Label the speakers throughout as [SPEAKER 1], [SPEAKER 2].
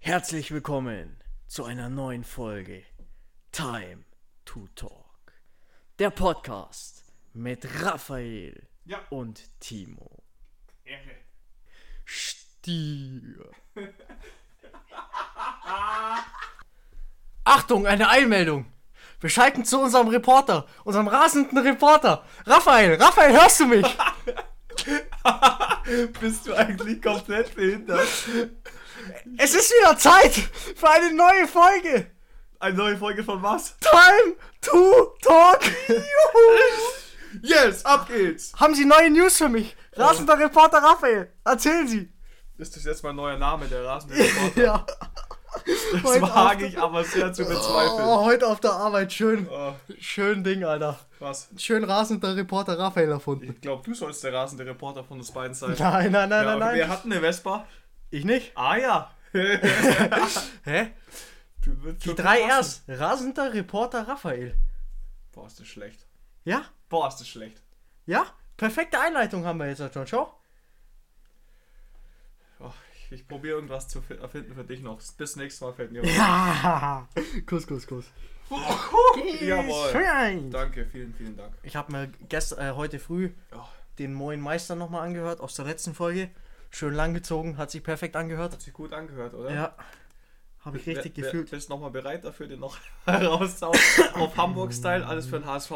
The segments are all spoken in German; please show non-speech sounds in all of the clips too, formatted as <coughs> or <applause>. [SPEAKER 1] Herzlich willkommen zu einer neuen Folge Time to Talk. Der Podcast mit Raphael
[SPEAKER 2] Ja.
[SPEAKER 1] und Timo.
[SPEAKER 2] Ehre.
[SPEAKER 1] Stier. <laughs> Achtung, eine Eilmeldung. Wir schalten zu unserem Reporter, unserem rasenden Reporter. Raphael, Raphael, hörst du <laughs> mich?
[SPEAKER 2] Bist du eigentlich komplett behindert?
[SPEAKER 1] Es ist wieder Zeit für eine neue Folge.
[SPEAKER 2] Eine neue Folge von was?
[SPEAKER 1] Time to Talk. Juhu.
[SPEAKER 2] Yes, ab geht's!
[SPEAKER 1] Haben Sie neue News für mich? Rasender Reporter Raphael, erzählen Sie.
[SPEAKER 2] Ist das jetzt mein neuer Name, der rasende
[SPEAKER 1] <laughs>
[SPEAKER 2] Reporter?
[SPEAKER 1] Ja.
[SPEAKER 2] Das
[SPEAKER 1] heute
[SPEAKER 2] mag
[SPEAKER 1] auf-
[SPEAKER 2] ich aber sehr zu bezweifeln.
[SPEAKER 1] Oh, heute auf der Arbeit, schön.
[SPEAKER 2] Oh,
[SPEAKER 1] Schön Ding, Alter.
[SPEAKER 2] was?
[SPEAKER 1] Schön rasender Reporter Raphael erfunden.
[SPEAKER 2] Ich glaube, du sollst der rasende Reporter von uns beiden sein.
[SPEAKER 1] <laughs> Nein, nein, nein,
[SPEAKER 2] Ja,
[SPEAKER 1] nein,
[SPEAKER 2] Wir
[SPEAKER 1] nein.
[SPEAKER 2] hatten eine Vespa.
[SPEAKER 1] Ich nicht.
[SPEAKER 2] Ah ja.
[SPEAKER 1] Hä?
[SPEAKER 2] Du wirst
[SPEAKER 1] Die
[SPEAKER 2] schon
[SPEAKER 1] drei R's.
[SPEAKER 2] passen.
[SPEAKER 1] Rasender Reporter Raphael.
[SPEAKER 2] Boah, ist das schlecht.
[SPEAKER 1] Ja?
[SPEAKER 2] Boah, ist das schlecht.
[SPEAKER 1] Ja? Perfekte Einleitung haben wir jetzt schon, schau.
[SPEAKER 2] Oh, ich ich probiere irgendwas zu fi- erfinden für dich noch. Bis nächstes Mal fällt mir
[SPEAKER 1] <laughs>
[SPEAKER 2] was.
[SPEAKER 1] <laughs> Ja. Kuss, Kuss, Kuss.
[SPEAKER 2] Jawohl.
[SPEAKER 1] Schön.
[SPEAKER 2] Danke, vielen, vielen Dank.
[SPEAKER 1] Ich habe mir gestern, äh, heute früh
[SPEAKER 2] Oh,
[SPEAKER 1] den Moin Meister nochmal angehört aus der letzten Folge. Schön langgezogen, hat sich perfekt angehört.
[SPEAKER 2] hat sich gut angehört, oder?
[SPEAKER 1] Ja. Habe ich richtig
[SPEAKER 2] Wer- wer-
[SPEAKER 1] gefühlt.
[SPEAKER 2] Bist nochmal bereit dafür, den noch <laughs> rauszuhauen? auf Hamburg-Style, alles für den HSV?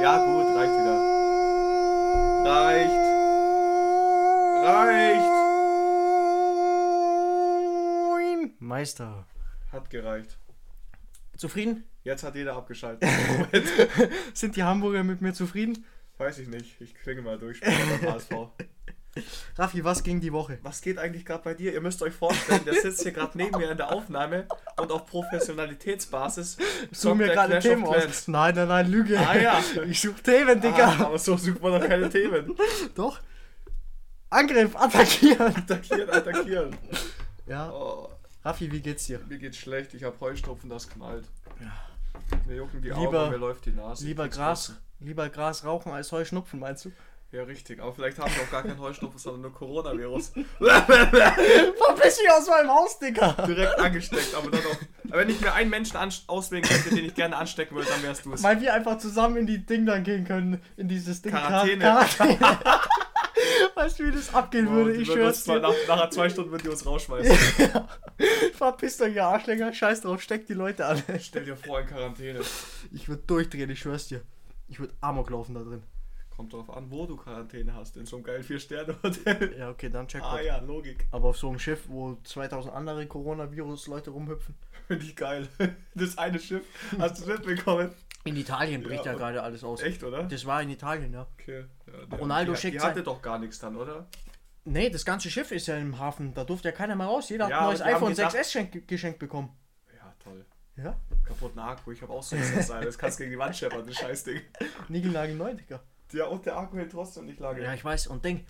[SPEAKER 2] Ja, gut, reicht wieder. Reicht. Reicht.
[SPEAKER 1] Moin Meister.
[SPEAKER 2] Hat gereicht.
[SPEAKER 1] Zufrieden?
[SPEAKER 2] Jetzt hat jeder abgeschaltet. <laughs>
[SPEAKER 1] Sind die Hamburger mit mir zufrieden?
[SPEAKER 2] Weiß ich nicht. Ich klinge mal durch später beim HSV.
[SPEAKER 1] Raffi, was ging die Woche?
[SPEAKER 2] Was geht eigentlich gerade bei dir? Ihr müsst euch vorstellen, der sitzt hier gerade neben mir in der Aufnahme und auf Professionalitätsbasis
[SPEAKER 1] Such
[SPEAKER 2] zockt
[SPEAKER 1] mir
[SPEAKER 2] der
[SPEAKER 1] gerade
[SPEAKER 2] Clash
[SPEAKER 1] Themen
[SPEAKER 2] of
[SPEAKER 1] aus.
[SPEAKER 2] Clans.
[SPEAKER 1] Nein, nein, nein, Lüge.
[SPEAKER 2] Ah ja.
[SPEAKER 1] <laughs> Ich suche Themen, Digga.
[SPEAKER 2] Ah, aber so sucht man doch keine Themen.
[SPEAKER 1] Doch. Angriff, attackieren.
[SPEAKER 2] Attackieren, attackieren.
[SPEAKER 1] Ja.
[SPEAKER 2] Oh,
[SPEAKER 1] Raffi, wie geht's dir?
[SPEAKER 2] mir geht's schlecht. Ich hab Heustropfen, das knallt. Mir jucken die
[SPEAKER 1] Lieber-
[SPEAKER 2] Augen, mir läuft die Nase. Ich
[SPEAKER 1] Lieber
[SPEAKER 2] krieg's
[SPEAKER 1] Gras, lieber Gras rauchen als Heuschnupfen, meinst du?
[SPEAKER 2] Ja, richtig. Aber vielleicht haben wir auch gar keinen Heuschnupfen, sondern
[SPEAKER 1] <laughs>
[SPEAKER 2] nur Coronavirus.
[SPEAKER 1] <laughs> Verpiss dich aus meinem Haus, <laughs> Digga.
[SPEAKER 2] Direkt angesteckt, aber dann auch. Aber wenn ich mir einen Menschen anst- auswählen könnte, den ich gerne anstecken würde, dann wärst du es.
[SPEAKER 1] Weil wir einfach zusammen in die Ding dann gehen können, in dieses Ding. <laughs>
[SPEAKER 2] Quarantäne.
[SPEAKER 1] Quarantäne. weißt du, wie das abgehen
[SPEAKER 2] Oh,
[SPEAKER 1] würde?
[SPEAKER 2] die
[SPEAKER 1] Ich
[SPEAKER 2] würden
[SPEAKER 1] schwör's
[SPEAKER 2] uns zwar
[SPEAKER 1] dir.
[SPEAKER 2] Nach, nachher zwei Stunden würden die uns rausschmeißen.
[SPEAKER 1] <laughs> Verpisst euch, ihr Arschlänger. Scheiß drauf, steckt die Leute an.
[SPEAKER 2] Stell dir vor, in Quarantäne.
[SPEAKER 1] <laughs> Ich würde durchdrehen, ich schwör's dir. Ich würde Amok laufen da drin.
[SPEAKER 2] Kommt drauf an, wo du Quarantäne hast. In so einem geilen Vier-Sterne-Hotel.
[SPEAKER 1] <laughs> Ja, okay, dann check
[SPEAKER 2] Ah ja, Logik. <laughs>
[SPEAKER 1] Aber auf so einem Schiff, wo 2000 andere Coronavirus-Leute rumhüpfen.
[SPEAKER 2] Finde ich geil. <laughs> Das eine Schiff. Hast du mitbekommen?
[SPEAKER 1] In Italien bricht ja,
[SPEAKER 2] Ja.
[SPEAKER 1] gerade alles aus.
[SPEAKER 2] Echt, oder?
[SPEAKER 1] Das war in Italien, ja.
[SPEAKER 2] Okay. Ja, die-
[SPEAKER 1] Ronaldo
[SPEAKER 2] die,
[SPEAKER 1] schickt
[SPEAKER 2] Die
[SPEAKER 1] sein-
[SPEAKER 2] hatte doch gar nichts dann, oder?
[SPEAKER 1] Nee, das ganze Schiff ist ja im Hafen. Da durfte ja keiner mehr raus. Jeder hat
[SPEAKER 2] Ja,
[SPEAKER 1] ein
[SPEAKER 2] aber
[SPEAKER 1] neues
[SPEAKER 2] die haben
[SPEAKER 1] iPhone
[SPEAKER 2] gesagt-
[SPEAKER 1] 6S schenk- geschenkt bekommen.
[SPEAKER 2] Ja, toll.
[SPEAKER 1] Ja?
[SPEAKER 2] Kaputten Akku. Ich hab auch so ein Sensor. Das kannst gegen die Wand scheppern, das Scheißding.
[SPEAKER 1] Nigelnagel neu, Digga.
[SPEAKER 2] Ja, und der Akku hält trotzdem nicht lange.
[SPEAKER 1] Ja, ich weiß. Und denk,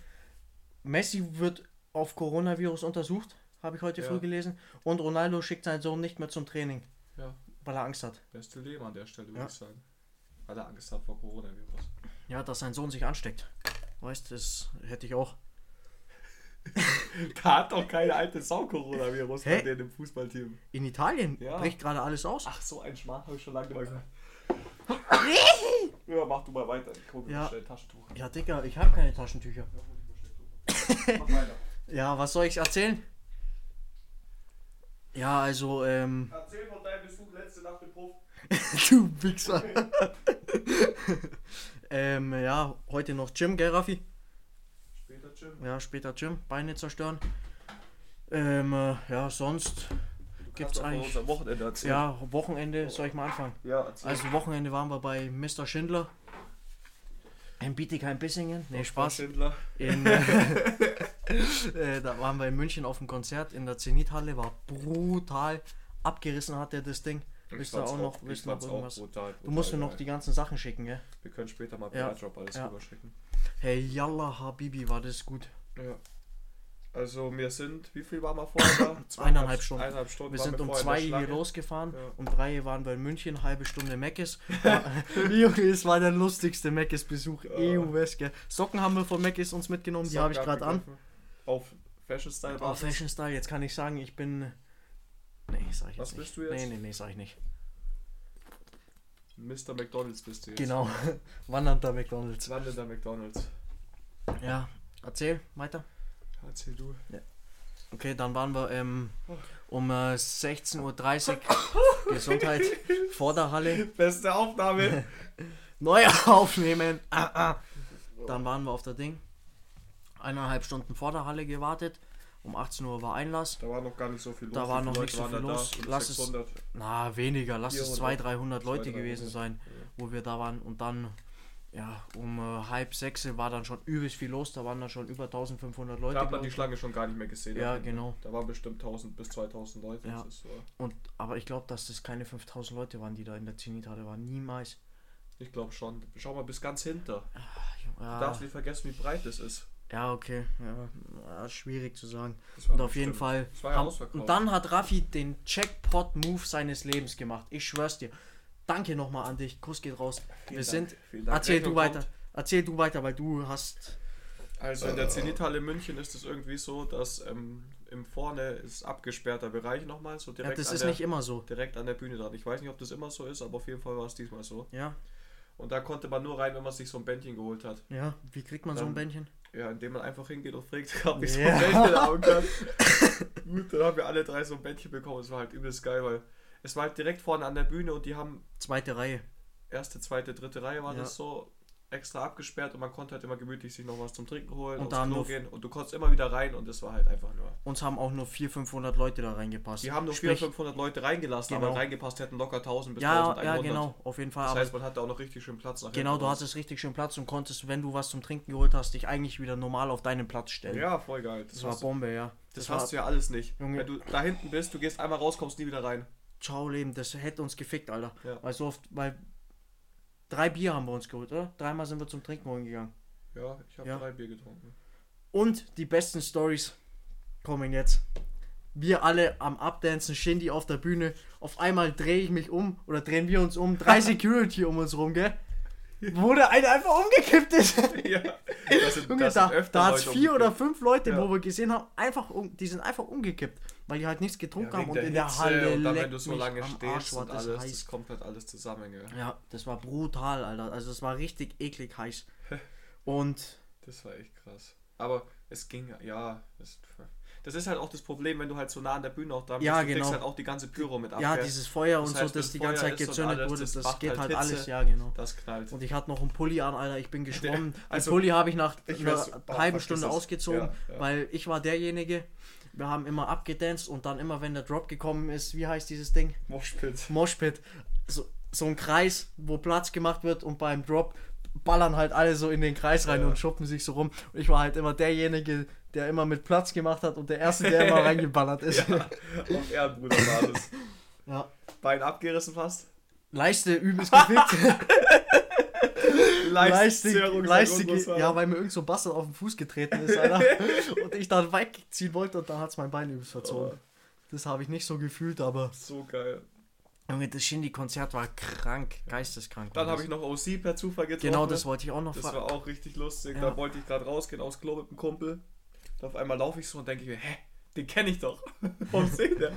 [SPEAKER 1] Messi wird auf Coronavirus untersucht, habe ich heute
[SPEAKER 2] Ja.
[SPEAKER 1] früh gelesen. Und Ronaldo schickt seinen Sohn nicht mehr zum Training,
[SPEAKER 2] Ja,
[SPEAKER 1] weil er Angst hat.
[SPEAKER 2] beste Leben an der Stelle, würde
[SPEAKER 1] Ja.
[SPEAKER 2] ich sagen. Weil er Angst hat vor Coronavirus.
[SPEAKER 1] Ja, dass sein Sohn sich ansteckt. Weißt, das hätte ich auch.
[SPEAKER 2] <laughs> Da hat doch keine alte Sau Coronavirus
[SPEAKER 1] Hä?
[SPEAKER 2] bei denen im Fußballteam.
[SPEAKER 1] In Italien
[SPEAKER 2] Ja.
[SPEAKER 1] bricht gerade alles aus.
[SPEAKER 2] Ach, so ein Schmarrn habe ich schon lange mal gesagt.
[SPEAKER 1] <laughs>
[SPEAKER 2] ja, mach du mal weiter. Ich hol mir
[SPEAKER 1] Ja.
[SPEAKER 2] mal schnell ein Taschentuch.
[SPEAKER 1] Ja, Digga, ich habe keine Taschentücher.
[SPEAKER 2] Mach
[SPEAKER 1] <laughs>
[SPEAKER 2] weiter.
[SPEAKER 1] Ja, was soll ich erzählen? Ja, also, ähm.
[SPEAKER 2] Erzähl von deinem Besuch letzte Nacht im Puff.
[SPEAKER 1] <laughs> Du Wichser. ähm, ja, heute noch Gym, gell, Raffi?
[SPEAKER 2] Später, Jim.
[SPEAKER 1] Ja, später Gym, Beine zerstören. Ähm, äh, ja, sonst gibt's eigentlich.
[SPEAKER 2] Also, unser Wochenende erzählen.
[SPEAKER 1] Ja, Wochenende, soll ich mal anfangen?
[SPEAKER 2] ja erzähl.
[SPEAKER 1] Also, Wochenende waren wir bei Mr. Schindler. In Bietigheim-Bissingen. Nee, Spaß.
[SPEAKER 2] Schindler. <laughs>
[SPEAKER 1] In, äh, äh, da waren wir in München auf dem Konzert in der Zenithalle, war brutal. Abgerissen hat er das Ding. Willst du
[SPEAKER 2] fand's
[SPEAKER 1] auch noch,
[SPEAKER 2] ich
[SPEAKER 1] willst du noch
[SPEAKER 2] fand's auch
[SPEAKER 1] irgendwas?
[SPEAKER 2] Brutal, brutal
[SPEAKER 1] Du musst mir noch
[SPEAKER 2] geil.
[SPEAKER 1] die ganzen Sachen schicken, gell?
[SPEAKER 2] Wir können später mal
[SPEAKER 1] Ja.
[SPEAKER 2] per Drop alles
[SPEAKER 1] Ja.
[SPEAKER 2] rüberschicken.
[SPEAKER 1] Hey, Yalla Habibi, war das gut.
[SPEAKER 2] Ja. Also wir sind, wie viel waren wir vorher
[SPEAKER 1] <coughs>
[SPEAKER 2] da?
[SPEAKER 1] Eineinhalb Stunden.
[SPEAKER 2] Eineinhalb Stunden
[SPEAKER 1] Wir
[SPEAKER 2] waren
[SPEAKER 1] sind um
[SPEAKER 2] vorher in der
[SPEAKER 1] zwei hier
[SPEAKER 2] Schlange.
[SPEAKER 1] losgefahren,
[SPEAKER 2] Ja.
[SPEAKER 1] um drei waren wir in München, halbe Stunde
[SPEAKER 2] <laughs>
[SPEAKER 1] Meckes. Junge, es war der lustigste Meckes-Besuch, EU-West, gell. Socken haben wir von Meckes uns mitgenommen, die
[SPEAKER 2] Socken
[SPEAKER 1] habe ich gerade an.
[SPEAKER 2] abgegriffen. Auf Fashion Style
[SPEAKER 1] Oh,
[SPEAKER 2] Basis.
[SPEAKER 1] Fashion Style, jetzt kann ich sagen, ich bin... Nee, sag ich jetzt
[SPEAKER 2] Was
[SPEAKER 1] nicht.
[SPEAKER 2] bist du jetzt?
[SPEAKER 1] Nee, nee, nee, sag ich nicht.
[SPEAKER 2] Mr. McDonalds bist du jetzt.
[SPEAKER 1] Genau, <laughs> wandernder McDonalds.
[SPEAKER 2] Landender McDonalds.
[SPEAKER 1] Ja, erzähl, weiter.
[SPEAKER 2] Erzähl du.
[SPEAKER 1] Okay, dann waren wir ähm, um äh, 16.30 Uhr Gesundheit vor der Halle.
[SPEAKER 2] <laughs> Beste Aufnahme.
[SPEAKER 1] <laughs> Neu aufnehmen. Ah, ah. Dann waren wir auf der Ding. Eineinhalb Stunden vor der Halle gewartet. Um 18 Uhr war Einlass.
[SPEAKER 2] Da war noch gar nicht so viel los.
[SPEAKER 1] Da
[SPEAKER 2] Wie
[SPEAKER 1] war
[SPEAKER 2] viele
[SPEAKER 1] noch nicht
[SPEAKER 2] Leute
[SPEAKER 1] so
[SPEAKER 2] waren
[SPEAKER 1] viel
[SPEAKER 2] da?
[SPEAKER 1] los.
[SPEAKER 2] Um
[SPEAKER 1] Lass es-
[SPEAKER 2] 600.
[SPEAKER 1] Na, weniger. Lass es 200,
[SPEAKER 2] 400,
[SPEAKER 1] 300 Leute
[SPEAKER 2] 200,
[SPEAKER 1] gewesen sein, wo wir da waren. Und dann, ja, um äh, halb sechs war dann schon übelst viel los. Da waren dann schon über 1500 Leute.
[SPEAKER 2] Da hat man
[SPEAKER 1] glaub
[SPEAKER 2] die
[SPEAKER 1] ich.
[SPEAKER 2] Schlange schon gar nicht mehr gesehen.
[SPEAKER 1] Ja, genau.
[SPEAKER 2] Da waren bestimmt 1000 bis 2000 Leute.
[SPEAKER 1] Ja.
[SPEAKER 2] Das ist so.
[SPEAKER 1] Und, aber ich glaube, dass das keine 5000 Leute waren, die da in der Zenithalle waren. Niemals.
[SPEAKER 2] Ich glaube schon. Schau mal bis ganz hinter. Du
[SPEAKER 1] Ja,
[SPEAKER 2] darfst nicht vergessen, wie breit das ist.
[SPEAKER 1] ja okay. Ja, ja, schwierig zu sagen.
[SPEAKER 2] Das war
[SPEAKER 1] Und auf jeden
[SPEAKER 2] bestimmt-
[SPEAKER 1] Fall.
[SPEAKER 2] Das war ja
[SPEAKER 1] haben-
[SPEAKER 2] ausverkauft.
[SPEAKER 1] und dann hat Raffi den Jackpot-Move seines Lebens gemacht. Ich schwör's dir. Danke nochmal an dich. Kuss geht raus. Wir
[SPEAKER 2] Dank,
[SPEAKER 1] sind.
[SPEAKER 2] vielen Dank.
[SPEAKER 1] Erzähl du
[SPEAKER 2] Rechnung
[SPEAKER 1] weiter. Erzähl du weiter, weil du hast.
[SPEAKER 2] Also in der Zenithalle München ist es irgendwie so, dass ähm, im Vorne ist abgesperrter Bereich nochmal, so
[SPEAKER 1] Ja,
[SPEAKER 2] direkt,
[SPEAKER 1] das
[SPEAKER 2] an
[SPEAKER 1] ist
[SPEAKER 2] der,
[SPEAKER 1] nicht immer so.
[SPEAKER 2] direkt an der Bühne dran. Ich weiß nicht, ob das immer so ist, aber auf jeden Fall war es diesmal so.
[SPEAKER 1] Ja,
[SPEAKER 2] Und da konnte man nur rein, wenn man sich so ein Bändchen geholt hat.
[SPEAKER 1] ja. Wie kriegt man so ein
[SPEAKER 2] Dann-
[SPEAKER 1] Bändchen?
[SPEAKER 2] Ja, indem man einfach hingeht und fragt, <laughs> ob ich
[SPEAKER 1] Ja.
[SPEAKER 2] so ein Bändchen haben kann. <laughs> Gut, dann haben wir alle drei so ein Bändchen bekommen. Es war halt übelst geil, weil es war halt direkt vorne an der Bühne und die haben
[SPEAKER 1] Zweite Reihe.
[SPEAKER 2] erste, zweite, dritte Reihe war
[SPEAKER 1] Ja.
[SPEAKER 2] das so extra abgesperrt und man konnte halt immer gemütlich sich noch was zum Trinken holen
[SPEAKER 1] Und
[SPEAKER 2] und
[SPEAKER 1] da
[SPEAKER 2] aufs
[SPEAKER 1] haben
[SPEAKER 2] Klo
[SPEAKER 1] nur-
[SPEAKER 2] gehen und du konntest immer wieder rein und es war halt einfach nur.
[SPEAKER 1] Uns haben auch nur 400, 500 Leute da reingepasst.
[SPEAKER 2] Die haben nur
[SPEAKER 1] Sprich-
[SPEAKER 2] 400, 500 Leute reingelassen,
[SPEAKER 1] Genau.
[SPEAKER 2] aber reingepasst hätten locker 1000 bis
[SPEAKER 1] Ja,
[SPEAKER 2] 1100.
[SPEAKER 1] ja, genau. Auf jeden Fall.
[SPEAKER 2] Das
[SPEAKER 1] aber
[SPEAKER 2] heißt, äh, man hatte auch noch richtig schön Platz nach
[SPEAKER 1] Genau,
[SPEAKER 2] hinten
[SPEAKER 1] du
[SPEAKER 2] raus.
[SPEAKER 1] hattest richtig schön Platz und konntest, wenn du was zum Trinken geholt hast, dich eigentlich wieder normal auf deinen Platz stellen.
[SPEAKER 2] Ja, voll geil. Das,
[SPEAKER 1] Das war
[SPEAKER 2] hast, du-
[SPEAKER 1] Bombe, ja.
[SPEAKER 2] das,
[SPEAKER 1] war
[SPEAKER 2] hast du ja alles nicht.
[SPEAKER 1] Junge.
[SPEAKER 2] Wenn du da hinten bist, du gehst einmal raus, kommst nie wieder rein.
[SPEAKER 1] Ciao Leben, das hätte uns gefickt, Alter.
[SPEAKER 2] Ja.
[SPEAKER 1] Weil so oft, weil drei Bier haben wir uns geholt, oder? Dreimal sind wir zum Trinken holen gegangen.
[SPEAKER 2] Ja, ich habe
[SPEAKER 1] Ja.
[SPEAKER 2] drei Bier getrunken.
[SPEAKER 1] Und die besten Stories kommen jetzt. Wir alle am Abdancen, Shindy auf der Bühne. Auf einmal drehe ich mich um oder drehen wir uns um.
[SPEAKER 2] <laughs>
[SPEAKER 1] Drei Security um uns rum, gell? Wo der eine einfach umgekippt ist.
[SPEAKER 2] <laughs> ja, das sind,
[SPEAKER 1] Junge,
[SPEAKER 2] das
[SPEAKER 1] da,
[SPEAKER 2] sind öfter
[SPEAKER 1] da hat's
[SPEAKER 2] Leute um
[SPEAKER 1] vier oder
[SPEAKER 2] umgekippt.
[SPEAKER 1] fünf Leute,
[SPEAKER 2] Ja.
[SPEAKER 1] wo wir gesehen haben, einfach um, die sind einfach umgekippt, weil die halt nichts getrunken
[SPEAKER 2] ja,
[SPEAKER 1] haben
[SPEAKER 2] wegen
[SPEAKER 1] und
[SPEAKER 2] der
[SPEAKER 1] in der
[SPEAKER 2] Hitze
[SPEAKER 1] Halle
[SPEAKER 2] Und dann, wenn
[SPEAKER 1] leckt
[SPEAKER 2] du so
[SPEAKER 1] mich
[SPEAKER 2] lange
[SPEAKER 1] am
[SPEAKER 2] stehst
[SPEAKER 1] Arsch, war
[SPEAKER 2] und
[SPEAKER 1] das
[SPEAKER 2] alles, das,
[SPEAKER 1] heiß.
[SPEAKER 2] kommt halt alles zusammen, gell.
[SPEAKER 1] Ja, das war brutal, Alter. Also es war richtig eklig
[SPEAKER 2] <laughs>
[SPEAKER 1] heiß. Und
[SPEAKER 2] Das war echt krass. Aber es ging, ja. Das, das ist halt auch das Problem, wenn du halt so nah an der Bühne auch dran bist.
[SPEAKER 1] Ja,
[SPEAKER 2] du kriegst
[SPEAKER 1] genau.
[SPEAKER 2] halt auch die ganze Pyro mit ab.
[SPEAKER 1] ja,
[SPEAKER 2] gell?
[SPEAKER 1] dieses Feuer
[SPEAKER 2] Das
[SPEAKER 1] und
[SPEAKER 2] heißt,
[SPEAKER 1] so, das
[SPEAKER 2] wenn
[SPEAKER 1] die ganze
[SPEAKER 2] Feuer
[SPEAKER 1] Zeit
[SPEAKER 2] ist und
[SPEAKER 1] gezündet
[SPEAKER 2] alles,
[SPEAKER 1] wurde,
[SPEAKER 2] das
[SPEAKER 1] das,
[SPEAKER 2] macht
[SPEAKER 1] geht
[SPEAKER 2] halt
[SPEAKER 1] halt
[SPEAKER 2] Hitze.
[SPEAKER 1] alles, ja genau.
[SPEAKER 2] Das knallt.
[SPEAKER 1] Und ich hatte noch einen Pulli an, Alter,
[SPEAKER 2] <laughs>
[SPEAKER 1] ich bin geschwommen.
[SPEAKER 2] also,
[SPEAKER 1] Den Pulli habe ich nach
[SPEAKER 2] ich
[SPEAKER 1] einer
[SPEAKER 2] weiß- boah,
[SPEAKER 1] halben
[SPEAKER 2] vergiss
[SPEAKER 1] Stunde
[SPEAKER 2] es.
[SPEAKER 1] ausgezogen,
[SPEAKER 2] Ja, ja.
[SPEAKER 1] weil ich war derjenige, wir haben immer abgedanced und dann immer, wenn der Drop gekommen ist, wie heißt dieses Ding?
[SPEAKER 2] <laughs> Moshpit.
[SPEAKER 1] Moshpit, so, so ein Kreis, wo Platz gemacht wird und beim Drop ballern halt alle so in den Kreis rein
[SPEAKER 2] Ja.
[SPEAKER 1] und schuppen sich so rum. Und ich war halt immer derjenige, der immer mit Platz gemacht hat und der Erste, der
[SPEAKER 2] <laughs>
[SPEAKER 1] immer reingeballert ist. Ja.
[SPEAKER 2] Auf Ehrenbruder war <laughs> alles. Bein abgerissen fast.
[SPEAKER 1] Leiste übelst
[SPEAKER 2] <laughs>
[SPEAKER 1] gefickt. Leiste,
[SPEAKER 2] Leistzerrung,
[SPEAKER 1] Leiste,
[SPEAKER 2] sag
[SPEAKER 1] ge-
[SPEAKER 2] Rosas.
[SPEAKER 1] ja, weil mir irgend so ein Bastard auf den Fuß getreten ist,
[SPEAKER 2] <laughs>
[SPEAKER 1] Alter. und ich dann wegziehen wollte und dann hat es mein Bein übelst verzogen.
[SPEAKER 2] Oh.
[SPEAKER 1] Das habe ich nicht so gefühlt, aber.
[SPEAKER 2] So geil.
[SPEAKER 1] Junge, das Shindy-Konzert war krank, geisteskrank.
[SPEAKER 2] Dann habe ich noch OC per Zufall getroffen.
[SPEAKER 1] Genau, das wollte ich auch noch
[SPEAKER 2] Das
[SPEAKER 1] fra-
[SPEAKER 2] war auch richtig lustig.
[SPEAKER 1] Ja.
[SPEAKER 2] Da wollte ich gerade rausgehen aufs Klo mit dem Kumpel. Und auf einmal laufe ich so und denke ich mir, hä? Den kenne ich doch. <laughs> Vom Sehen der.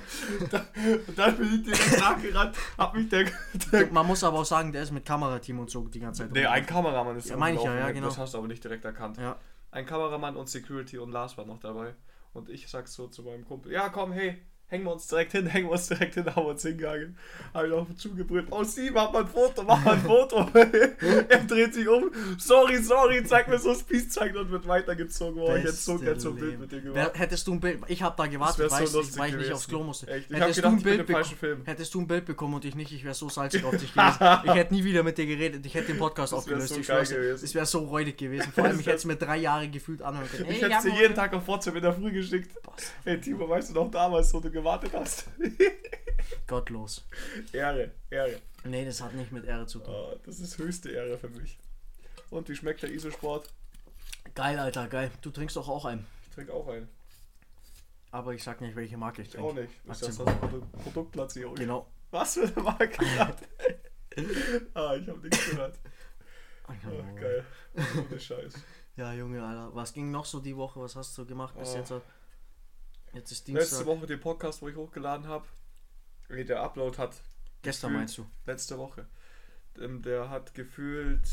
[SPEAKER 2] Und dann bin ich direkt nachgerannt, hab mich der. der
[SPEAKER 1] Man muss aber auch sagen, der ist mit Kamerateam und so die ganze Zeit.
[SPEAKER 2] nee,
[SPEAKER 1] rumgelaufen.
[SPEAKER 2] ein Kameramann ist
[SPEAKER 1] Ja,
[SPEAKER 2] da
[SPEAKER 1] mein ich ja,
[SPEAKER 2] rumgelaufen.
[SPEAKER 1] ja, genau.
[SPEAKER 2] Das hast du aber nicht direkt erkannt.
[SPEAKER 1] Ja.
[SPEAKER 2] Ein Kameramann und Security und Lars war noch dabei. Und ich sag so zu meinem Kumpel, ja komm, hey, hängen wir uns direkt hin, <laughs> hängen wir uns direkt hin, haben wir uns hingehangen. Hab ich auf ihn zugebrüllt, oh sie, mach mal ein Foto, mach mal ein Foto. <laughs> er dreht sich um, sorry, sorry, zeig mir so das Peace zeigen und wird weitergezogen. Oh, ich hätte so
[SPEAKER 1] Beste
[SPEAKER 2] gern so ein Bild
[SPEAKER 1] Leben.
[SPEAKER 2] mit dir
[SPEAKER 1] Wer,
[SPEAKER 2] gemacht.
[SPEAKER 1] hättest du ein Bild, ich habe da
[SPEAKER 2] wär
[SPEAKER 1] gewartet,
[SPEAKER 2] so
[SPEAKER 1] weißt, ich,
[SPEAKER 2] lustig
[SPEAKER 1] weil ich nicht
[SPEAKER 2] gewesen.
[SPEAKER 1] aufs Klo musste.
[SPEAKER 2] Echt, ich hab
[SPEAKER 1] Hättest,
[SPEAKER 2] gedacht,
[SPEAKER 1] du
[SPEAKER 2] ich
[SPEAKER 1] ein
[SPEAKER 2] bin
[SPEAKER 1] Bild
[SPEAKER 2] im
[SPEAKER 1] beko-
[SPEAKER 2] falschen Film.
[SPEAKER 1] hättest du ein Bild bekommen und ich nicht, ich wäre so salzig auf
[SPEAKER 2] <laughs>
[SPEAKER 1] dich gewesen. <laughs> Ich hätte nie wieder mit dir geredet, ich hätte den Podcast
[SPEAKER 2] Das wär
[SPEAKER 1] aufgelöst.
[SPEAKER 2] so
[SPEAKER 1] ich
[SPEAKER 2] geil
[SPEAKER 1] schwör's dir,
[SPEAKER 2] gewesen.
[SPEAKER 1] Es wäre so räudig gewesen. Vor allem, ich hätte es mir drei Jahre gefühlt anhören können.
[SPEAKER 2] Ich
[SPEAKER 1] Ey,
[SPEAKER 2] hätte sie
[SPEAKER 1] ja,
[SPEAKER 2] jeden Tag auf WhatsApp in der Früh geschickt.
[SPEAKER 1] Bastard.
[SPEAKER 2] Hey Timo, weißt du noch damals, wo du gewartet hast? <laughs>
[SPEAKER 1] Gottlos.
[SPEAKER 2] Ehre, Ehre.
[SPEAKER 1] Nee, das hat nicht mit Ehre zu tun.
[SPEAKER 2] Oh, das ist höchste Ehre für mich. Und wie schmeckt der Isosport?
[SPEAKER 1] Geil, Alter, geil. Du trinkst doch auch einen.
[SPEAKER 2] Ich trinke auch einen.
[SPEAKER 1] aber ich sag nicht, welche Marke ich
[SPEAKER 2] Ich auch
[SPEAKER 1] trinke.
[SPEAKER 2] nicht. Ist das das
[SPEAKER 1] Aktienbrauerei.
[SPEAKER 2] Produ- Produktplatzierung?
[SPEAKER 1] Genau.
[SPEAKER 2] Was für eine Marke gerade?
[SPEAKER 1] <laughs>
[SPEAKER 2] ah, ich habe nichts gehört.
[SPEAKER 1] Oh,
[SPEAKER 2] Ach, Oh, geil. Ohne Scheiß.
[SPEAKER 1] Ja, Junge, Alter. Was ging noch so die Woche? Was hast du gemacht bis
[SPEAKER 2] Oh.
[SPEAKER 1] jetzt? Jetzt ist
[SPEAKER 2] Letzte
[SPEAKER 1] Dienstag.
[SPEAKER 2] Woche den Podcast, wo ich hochgeladen habe. Der Upload hat
[SPEAKER 1] Gestern
[SPEAKER 2] gefühlt-
[SPEAKER 1] meinst du?
[SPEAKER 2] Letzte Woche. Ähm, Der hat gefühlt.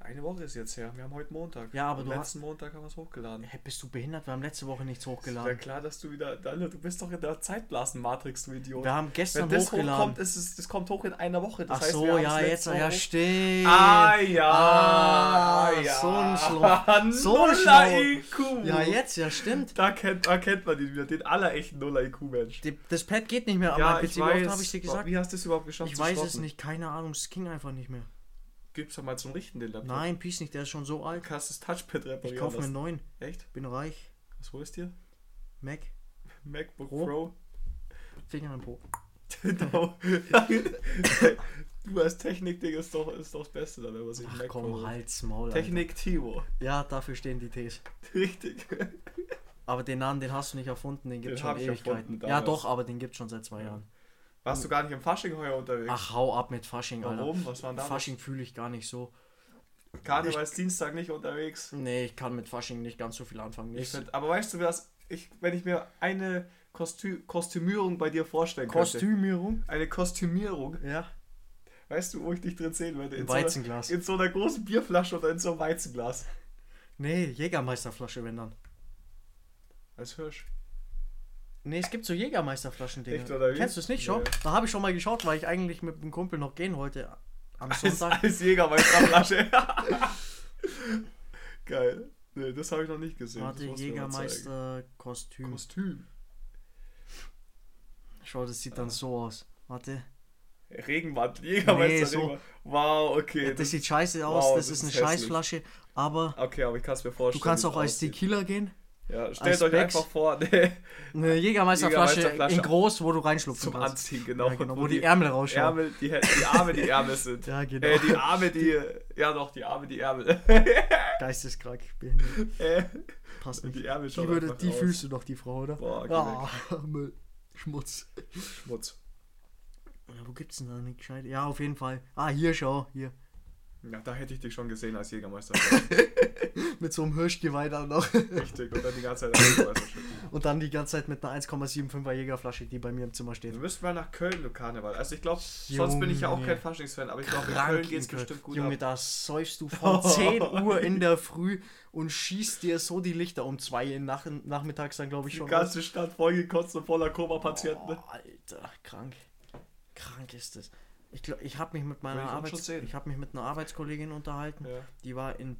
[SPEAKER 2] Eine Woche ist jetzt her. Wir haben heute Montag.
[SPEAKER 1] Ja, aber
[SPEAKER 2] Am
[SPEAKER 1] du
[SPEAKER 2] letzten Montag haben wir es hochgeladen.
[SPEAKER 1] Hä, bist du behindert? Wir haben letzte Woche nichts
[SPEAKER 2] Ist ja
[SPEAKER 1] hochgeladen.
[SPEAKER 2] klar, dass du wieder. Alter, du bist doch in der Zeitblasen-Matrix, du Idiot.
[SPEAKER 1] Wir haben
[SPEAKER 2] Wenn
[SPEAKER 1] gestern
[SPEAKER 2] das
[SPEAKER 1] hochgeladen.
[SPEAKER 2] hochkommt, ist es, das kommt hoch in einer Woche. Das
[SPEAKER 1] Ach
[SPEAKER 2] heißt,
[SPEAKER 1] so,
[SPEAKER 2] wir haben
[SPEAKER 1] ja,
[SPEAKER 2] es
[SPEAKER 1] jetzt,
[SPEAKER 2] letzte
[SPEAKER 1] ja,
[SPEAKER 2] Woche-
[SPEAKER 1] stimmt.
[SPEAKER 2] Ah, ja.
[SPEAKER 1] Ah,
[SPEAKER 2] ah, ja.
[SPEAKER 1] so ein
[SPEAKER 2] <laughs>
[SPEAKER 1] Schlau- so ein
[SPEAKER 2] Nuller
[SPEAKER 1] Schlau-
[SPEAKER 2] IQ.
[SPEAKER 1] Ja, jetzt, ja, stimmt.
[SPEAKER 2] Da kennt, da kennt man ihn wieder, den allerechten Nuller IQ-Mensch.
[SPEAKER 1] Die- Das Pad geht nicht mehr, aber mein PC, wie oft habe ich dir gesagt?
[SPEAKER 2] Wie hast du es überhaupt geschafft?
[SPEAKER 1] Ich
[SPEAKER 2] zu
[SPEAKER 1] weiß es
[SPEAKER 2] stoppen?
[SPEAKER 1] nicht, keine Ahnung, es ging einfach nicht mehr.
[SPEAKER 2] Gib's doch mal zum Richten den Laptop.
[SPEAKER 1] Nein, Peace nicht, der ist schon so
[SPEAKER 2] Du
[SPEAKER 1] alt.
[SPEAKER 2] kannst das Touchpad reparieren.
[SPEAKER 1] Ich kaufe mir einen
[SPEAKER 2] lassen.
[SPEAKER 1] neuen,
[SPEAKER 2] Echt?
[SPEAKER 1] bin reich.
[SPEAKER 2] Was holst du dir?
[SPEAKER 1] Mac,
[SPEAKER 2] MacBook
[SPEAKER 1] Pro?
[SPEAKER 2] Pro? <laughs>
[SPEAKER 1] Finger im Po. <laughs>
[SPEAKER 2] Genau. du als Technik-Ding ist doch, ist doch das Beste, dann, wenn man sich ein
[SPEAKER 1] Ach
[SPEAKER 2] Mac Pro
[SPEAKER 1] komm,
[SPEAKER 2] holt.
[SPEAKER 1] halt's Maul. Alter.
[SPEAKER 2] Technik Timo. <laughs>
[SPEAKER 1] Ja, dafür stehen die Tees.
[SPEAKER 2] Richtig.
[SPEAKER 1] Aber den Namen, den hast du nicht erfunden, den gibt's
[SPEAKER 2] Den
[SPEAKER 1] schon
[SPEAKER 2] hab ich
[SPEAKER 1] Ewigkeiten.
[SPEAKER 2] erfunden
[SPEAKER 1] Ja,
[SPEAKER 2] damals.
[SPEAKER 1] doch, aber den gibt's schon seit zwei Jahren.
[SPEAKER 2] Warst du gar nicht im Fasching heuer unterwegs?
[SPEAKER 1] Ach, hau ab mit Fasching, Alter.
[SPEAKER 2] Warum? Was war denn da?
[SPEAKER 1] Fasching fühle ich gar nicht so.
[SPEAKER 2] Karnevalsdienstag nicht unterwegs.
[SPEAKER 1] Nee, ich kann mit Fasching nicht ganz so viel anfangen.
[SPEAKER 2] Ich
[SPEAKER 1] Ich
[SPEAKER 2] find, aber weißt du, was ich, wenn ich mir eine Kostü Kostümierung bei dir vorstellen könnte.
[SPEAKER 1] Kostümierung?
[SPEAKER 2] Eine Kostümierung.
[SPEAKER 1] Ja.
[SPEAKER 2] Weißt du, wo ich dich drin sehen würde?
[SPEAKER 1] Im
[SPEAKER 2] so einer-
[SPEAKER 1] Weizenglas.
[SPEAKER 2] in so einer großen Bierflasche oder in so einem Weizenglas.
[SPEAKER 1] Nee, Jägermeisterflasche, wenn dann.
[SPEAKER 2] Als
[SPEAKER 1] <laughs>
[SPEAKER 2] Hirsch.
[SPEAKER 1] Nee, es gibt so Jägermeisterflaschen, Digga.
[SPEAKER 2] Echt, oder wie?
[SPEAKER 1] Kennst du es nicht schon?
[SPEAKER 2] Nee.
[SPEAKER 1] Da habe ich schon mal geschaut, weil ich eigentlich mit einem Kumpel noch gehen wollte am
[SPEAKER 2] Als,
[SPEAKER 1] Sonntag.
[SPEAKER 2] als Jägermeisterflasche. <laughs> Geil. Nee, das habe ich noch nicht gesehen.
[SPEAKER 1] Warte,
[SPEAKER 2] Das musst du mir mal zeigen.
[SPEAKER 1] Jägermeister, Kostüm.
[SPEAKER 2] Kostüm.
[SPEAKER 1] Schau, das sieht dann so aus. Warte.
[SPEAKER 2] Regenmantel. Jägermeister.
[SPEAKER 1] Nee, so.
[SPEAKER 2] Regenmantel. Wow, okay.
[SPEAKER 1] Das sieht scheiße aus,
[SPEAKER 2] Wow,
[SPEAKER 1] das, ist
[SPEAKER 2] das ist
[SPEAKER 1] eine
[SPEAKER 2] hässlich.
[SPEAKER 1] Scheißflasche, aber
[SPEAKER 2] Okay, aber ich kann es mir vorstellen.
[SPEAKER 1] du kannst
[SPEAKER 2] wie
[SPEAKER 1] auch
[SPEAKER 2] es
[SPEAKER 1] als
[SPEAKER 2] aussieht.
[SPEAKER 1] Tequila gehen.
[SPEAKER 2] Ja, stellt
[SPEAKER 1] als
[SPEAKER 2] euch
[SPEAKER 1] Becks.
[SPEAKER 2] einfach vor, <laughs> ne,
[SPEAKER 1] Eine Jägermeisterflasche,
[SPEAKER 2] Jägermeisterflasche.
[SPEAKER 1] in groß, wo du reinschlupfen
[SPEAKER 2] zum
[SPEAKER 1] kannst.
[SPEAKER 2] Anziehen, genau.
[SPEAKER 1] ja, genau,
[SPEAKER 2] Und
[SPEAKER 1] wo die Ärmel rausschauen.
[SPEAKER 2] Ärmel, die, Hä- die Arme, die Ärmel
[SPEAKER 1] <laughs>
[SPEAKER 2] sind.
[SPEAKER 1] Ja, genau.
[SPEAKER 2] Äh, die Arme, die. Ja, doch, die Arme, die Ärmel. <laughs>
[SPEAKER 1] Geisteskrank, behindert.
[SPEAKER 2] Äh,
[SPEAKER 1] Passt nicht.
[SPEAKER 2] die Ärmel
[SPEAKER 1] Die,
[SPEAKER 2] schauen
[SPEAKER 1] würde,
[SPEAKER 2] einfach
[SPEAKER 1] die
[SPEAKER 2] raus.
[SPEAKER 1] fühlst du doch, die Frau, oder?
[SPEAKER 2] Boah, geh
[SPEAKER 1] ah, <laughs> Müll. Schmutz.
[SPEAKER 2] Schmutz.
[SPEAKER 1] Ja, wo gibt's denn da eine gescheite? Ja, auf jeden Fall. Ah, hier, schau, hier.
[SPEAKER 2] Ja, da hätte ich dich schon gesehen als Jägermeister.
[SPEAKER 1] Mit so einem Hirschgeweih dann noch. <laughs>
[SPEAKER 2] Richtig, und dann die ganze Zeit als Jägermeister.
[SPEAKER 1] Und dann die ganze Zeit mit einer 1,75er Jägerflasche, die bei mir im Zimmer
[SPEAKER 2] Wir
[SPEAKER 1] steht.
[SPEAKER 2] müssen mal nach Köln, du Karneval. Also, ich glaube, sonst bin ich ja auch
[SPEAKER 1] Junge.
[SPEAKER 2] kein Faschingsfan, aber ich glaube, in Köln geht's bestimmt gut
[SPEAKER 1] Junge,
[SPEAKER 2] ab.
[SPEAKER 1] da säufst du
[SPEAKER 2] <laughs>
[SPEAKER 1] von 10 Uhr in der Früh und schießt dir so die Lichter um 2 Uhr nach, nachmittags dann, glaube ich,
[SPEAKER 2] Die
[SPEAKER 1] schon.
[SPEAKER 2] ganze Stadt vollgekotzt und voller Koma-Patienten.
[SPEAKER 1] Oh, Alter, krank. Krank ist das. Ich, glaub, ich habe mich mit meiner
[SPEAKER 2] Will ich uns schon
[SPEAKER 1] Arbeits
[SPEAKER 2] sehen.
[SPEAKER 1] ich hab mich mit einer Arbeitskollegin unterhalten.
[SPEAKER 2] Ja.
[SPEAKER 1] Die war in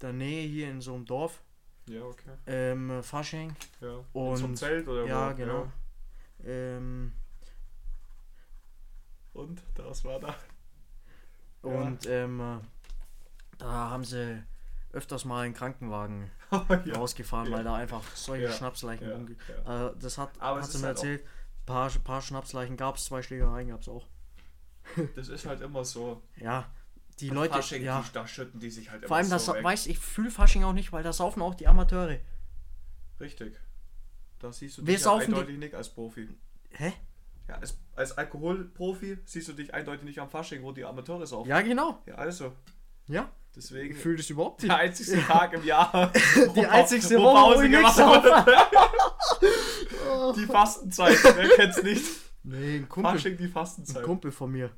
[SPEAKER 1] der Nähe hier in so einem Dorf.
[SPEAKER 2] ja, okay.
[SPEAKER 1] Ähm, Fasching.
[SPEAKER 2] Ja.
[SPEAKER 1] Und-
[SPEAKER 2] Zum Zelt oder wo?
[SPEAKER 1] Ja, genau. Ähm,
[SPEAKER 2] Und das war da. Ja.
[SPEAKER 1] Und ähm, da haben sie öfters mal einen Krankenwagen
[SPEAKER 2] <laughs> Oh, ja.
[SPEAKER 1] rausgefahren, weil da einfach solche
[SPEAKER 2] Ja.
[SPEAKER 1] Schnapsleichen
[SPEAKER 2] Ja.
[SPEAKER 1] rumge-
[SPEAKER 2] Ja.
[SPEAKER 1] Äh, das hat,
[SPEAKER 2] Aber
[SPEAKER 1] hat
[SPEAKER 2] es
[SPEAKER 1] sie
[SPEAKER 2] ist
[SPEAKER 1] mir
[SPEAKER 2] halt auch-
[SPEAKER 1] erzählt. Paar, paar Schnapsleichen gab es, zwei Schlägereien gab es auch.
[SPEAKER 2] Das ist halt immer so.
[SPEAKER 1] Ja, die Leute.
[SPEAKER 2] Fasching,
[SPEAKER 1] ja,
[SPEAKER 2] die, da schütten die sich halt
[SPEAKER 1] vor allem,
[SPEAKER 2] immer
[SPEAKER 1] das,
[SPEAKER 2] so weg.
[SPEAKER 1] weiß ich, fühle Fasching auch nicht, weil da saufen auch die Amateure.
[SPEAKER 2] Richtig. Da siehst du
[SPEAKER 1] Wir
[SPEAKER 2] dich ja
[SPEAKER 1] saufen die-
[SPEAKER 2] eindeutig nicht als Profi.
[SPEAKER 1] Hä?
[SPEAKER 2] Ja, als, als Alkoholprofi siehst du dich eindeutig nicht am Fasching, wo die Amateure saufen.
[SPEAKER 1] Ja, genau.
[SPEAKER 2] Ja, also.
[SPEAKER 1] Ja,
[SPEAKER 2] Deswegen.
[SPEAKER 1] ich fühle das überhaupt nicht.
[SPEAKER 2] <laughs> der einzigste Tag im
[SPEAKER 1] <laughs>
[SPEAKER 2] Jahr. Die
[SPEAKER 1] einzigste Woche, wo ich nicht
[SPEAKER 2] <laughs> Die Fastenzeit, wer kennt's nicht?
[SPEAKER 1] Nee, ein Kumpel,
[SPEAKER 2] Fasching, die
[SPEAKER 1] ein
[SPEAKER 2] Fastenzeit.
[SPEAKER 1] Kumpel von mir,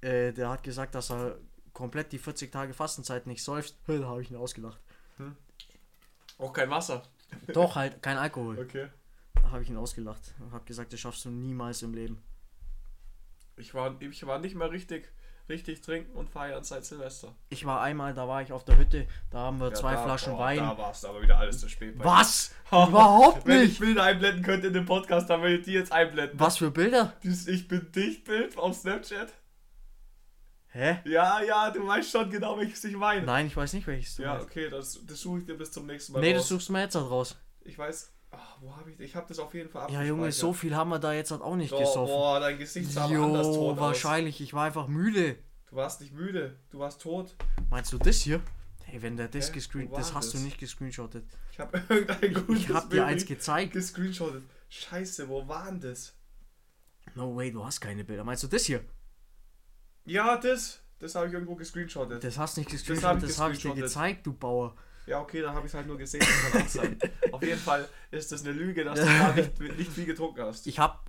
[SPEAKER 1] äh, der hat gesagt, dass er komplett die 40 Tage Fastenzeit nicht säuft. <laughs> Da habe ich ihn ausgelacht.
[SPEAKER 2] Auch kein Wasser.
[SPEAKER 1] Doch, halt, kein Alkohol.
[SPEAKER 2] Okay.
[SPEAKER 1] habe ich ihn ausgelacht und habe gesagt, das schaffst du niemals im Leben.
[SPEAKER 2] Ich war, ich war nicht mehr richtig, richtig trinken und feiern seit Silvester.
[SPEAKER 1] Ich war einmal, da war ich auf der Hütte, da oh, haben wir
[SPEAKER 2] Ja,
[SPEAKER 1] zwei
[SPEAKER 2] da-
[SPEAKER 1] Flaschen
[SPEAKER 2] boah,
[SPEAKER 1] Wein.
[SPEAKER 2] Da warst du aber wieder alles zu spät.
[SPEAKER 1] <laughs>
[SPEAKER 2] bei
[SPEAKER 1] Was?
[SPEAKER 2] dir.
[SPEAKER 1] Überhaupt
[SPEAKER 2] <laughs> Wenn ich
[SPEAKER 1] nicht!
[SPEAKER 2] Bilder einblenden könnte in dem Podcast, dann würde ich die jetzt einblenden.
[SPEAKER 1] Was für Bilder?
[SPEAKER 2] Dieses Ich bin dich Bild auf Snapchat.
[SPEAKER 1] Hä?
[SPEAKER 2] Ja, ja, du weißt schon genau, welches ich meine.
[SPEAKER 1] Nein, ich weiß nicht, welches du
[SPEAKER 2] Ja,
[SPEAKER 1] meinst.
[SPEAKER 2] okay, das, das suche ich dir bis zum nächsten Mal.
[SPEAKER 1] Nee, das
[SPEAKER 2] raus.
[SPEAKER 1] suchst du mir jetzt halt raus.
[SPEAKER 2] Ich weiß. Ach, wo habe ich. Ich habe das auf jeden Fall
[SPEAKER 1] Ja, Junge, so
[SPEAKER 2] abgespeichert.
[SPEAKER 1] viel haben wir da jetzt halt auch nicht
[SPEAKER 2] Boah,
[SPEAKER 1] gesoffen.
[SPEAKER 2] boah, dein Gesicht sah aber anders tot
[SPEAKER 1] Jo,
[SPEAKER 2] aus.
[SPEAKER 1] wahrscheinlich, ich war einfach müde.
[SPEAKER 2] Du warst nicht müde, du warst tot.
[SPEAKER 1] Meinst du das hier? Hey, wenn der das
[SPEAKER 2] Hä?
[SPEAKER 1] gescreent,
[SPEAKER 2] Wo war
[SPEAKER 1] das hast
[SPEAKER 2] das?
[SPEAKER 1] du nicht gescreenshottet.
[SPEAKER 2] Ich habe <laughs> irgendein gutes
[SPEAKER 1] Ich hab dir eins
[SPEAKER 2] Bild
[SPEAKER 1] gezeigt.
[SPEAKER 2] gescreenshottet. Scheiße, wo waren das?
[SPEAKER 1] No way, du hast keine Bilder. Meinst du das hier?
[SPEAKER 2] Ja, das. Das habe ich irgendwo gescreenshottet.
[SPEAKER 1] Das hast du nicht
[SPEAKER 2] hab ich
[SPEAKER 1] gescreenshottet, das habe ich dir
[SPEAKER 2] gescreenshottet.
[SPEAKER 1] gezeigt, du Bauer.
[SPEAKER 2] Ja, okay, dann habe ich es halt nur gesehen. Das kann
[SPEAKER 1] <laughs>
[SPEAKER 2] auch sein. Auf jeden Fall ist das eine Lüge, dass du da nicht, nicht viel getrunken hast.
[SPEAKER 1] Ich hab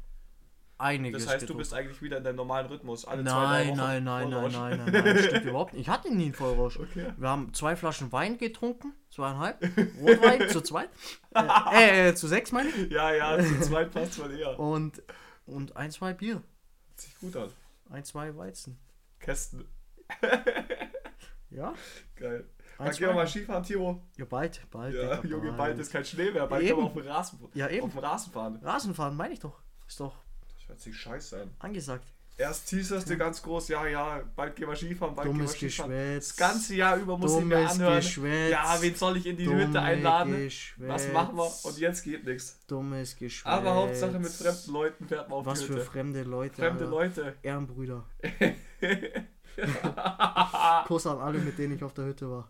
[SPEAKER 1] einiges
[SPEAKER 2] Das heißt, du
[SPEAKER 1] gedruckt.
[SPEAKER 2] bist eigentlich wieder in deinem normalen Rhythmus. Alle zwei, drei
[SPEAKER 1] Nein,
[SPEAKER 2] Wochen.
[SPEAKER 1] nein, nein,
[SPEAKER 2] Voll
[SPEAKER 1] nein,
[SPEAKER 2] Rausch.
[SPEAKER 1] nein, nein, nein,
[SPEAKER 2] <laughs>
[SPEAKER 1] stimmt überhaupt nicht. Ich hatte nie einen Vollrausch.
[SPEAKER 2] Okay.
[SPEAKER 1] Wir haben zwei Flaschen Wein getrunken, zweieinhalb, Rotwein zu
[SPEAKER 2] <laughs>
[SPEAKER 1] zweit, äh, äh, zu sechs meine ich,
[SPEAKER 2] Ja, ja, zu zweit passt mal eher.
[SPEAKER 1] und, und ein, zwei Bier,
[SPEAKER 2] Hört Sich gut an.
[SPEAKER 1] ein, zwei Weizen.
[SPEAKER 2] Kästen.
[SPEAKER 1] Ja,
[SPEAKER 2] Geil.
[SPEAKER 1] Ein,
[SPEAKER 2] Dann gehen wir
[SPEAKER 1] zwei.
[SPEAKER 2] mal Skifahren, Timo.
[SPEAKER 1] ja bald, bald.
[SPEAKER 2] Ja,
[SPEAKER 1] Digga,
[SPEAKER 2] Junge, bald ist kein Schnee mehr. Bald
[SPEAKER 1] Eben.
[SPEAKER 2] können wir auf dem Rasen,
[SPEAKER 1] Ja, eben.
[SPEAKER 2] Auf dem Rasen fahren.
[SPEAKER 1] Rasenfahren meine ich doch, ist doch
[SPEAKER 2] Das hört sich scheiße an.
[SPEAKER 1] angesagt.
[SPEAKER 2] Erst teaserst du ganz groß, ja, ja, bald gehen wir Skifahren, bald
[SPEAKER 1] Dummes
[SPEAKER 2] gehen wir Skifahren.
[SPEAKER 1] Geschwätz.
[SPEAKER 2] Das ganze Jahr über muss ich mir
[SPEAKER 1] Dummes
[SPEAKER 2] anhören.
[SPEAKER 1] Geschwätz.
[SPEAKER 2] Ja, wen soll ich in die Hütte
[SPEAKER 1] Dumme
[SPEAKER 2] einladen?
[SPEAKER 1] Geschwätz.
[SPEAKER 2] Was machen wir? Und jetzt geht nichts.
[SPEAKER 1] Dummes Geschwätz.
[SPEAKER 2] Aber Hauptsache mit fremden Leuten fährt man auf
[SPEAKER 1] Was
[SPEAKER 2] die
[SPEAKER 1] für
[SPEAKER 2] Hütte.
[SPEAKER 1] fremde Leute.
[SPEAKER 2] Fremde
[SPEAKER 1] Alter.
[SPEAKER 2] Leute. <laughs>
[SPEAKER 1] Ehrenbrüder. Kuss an alle, mit denen ich auf der Hütte war.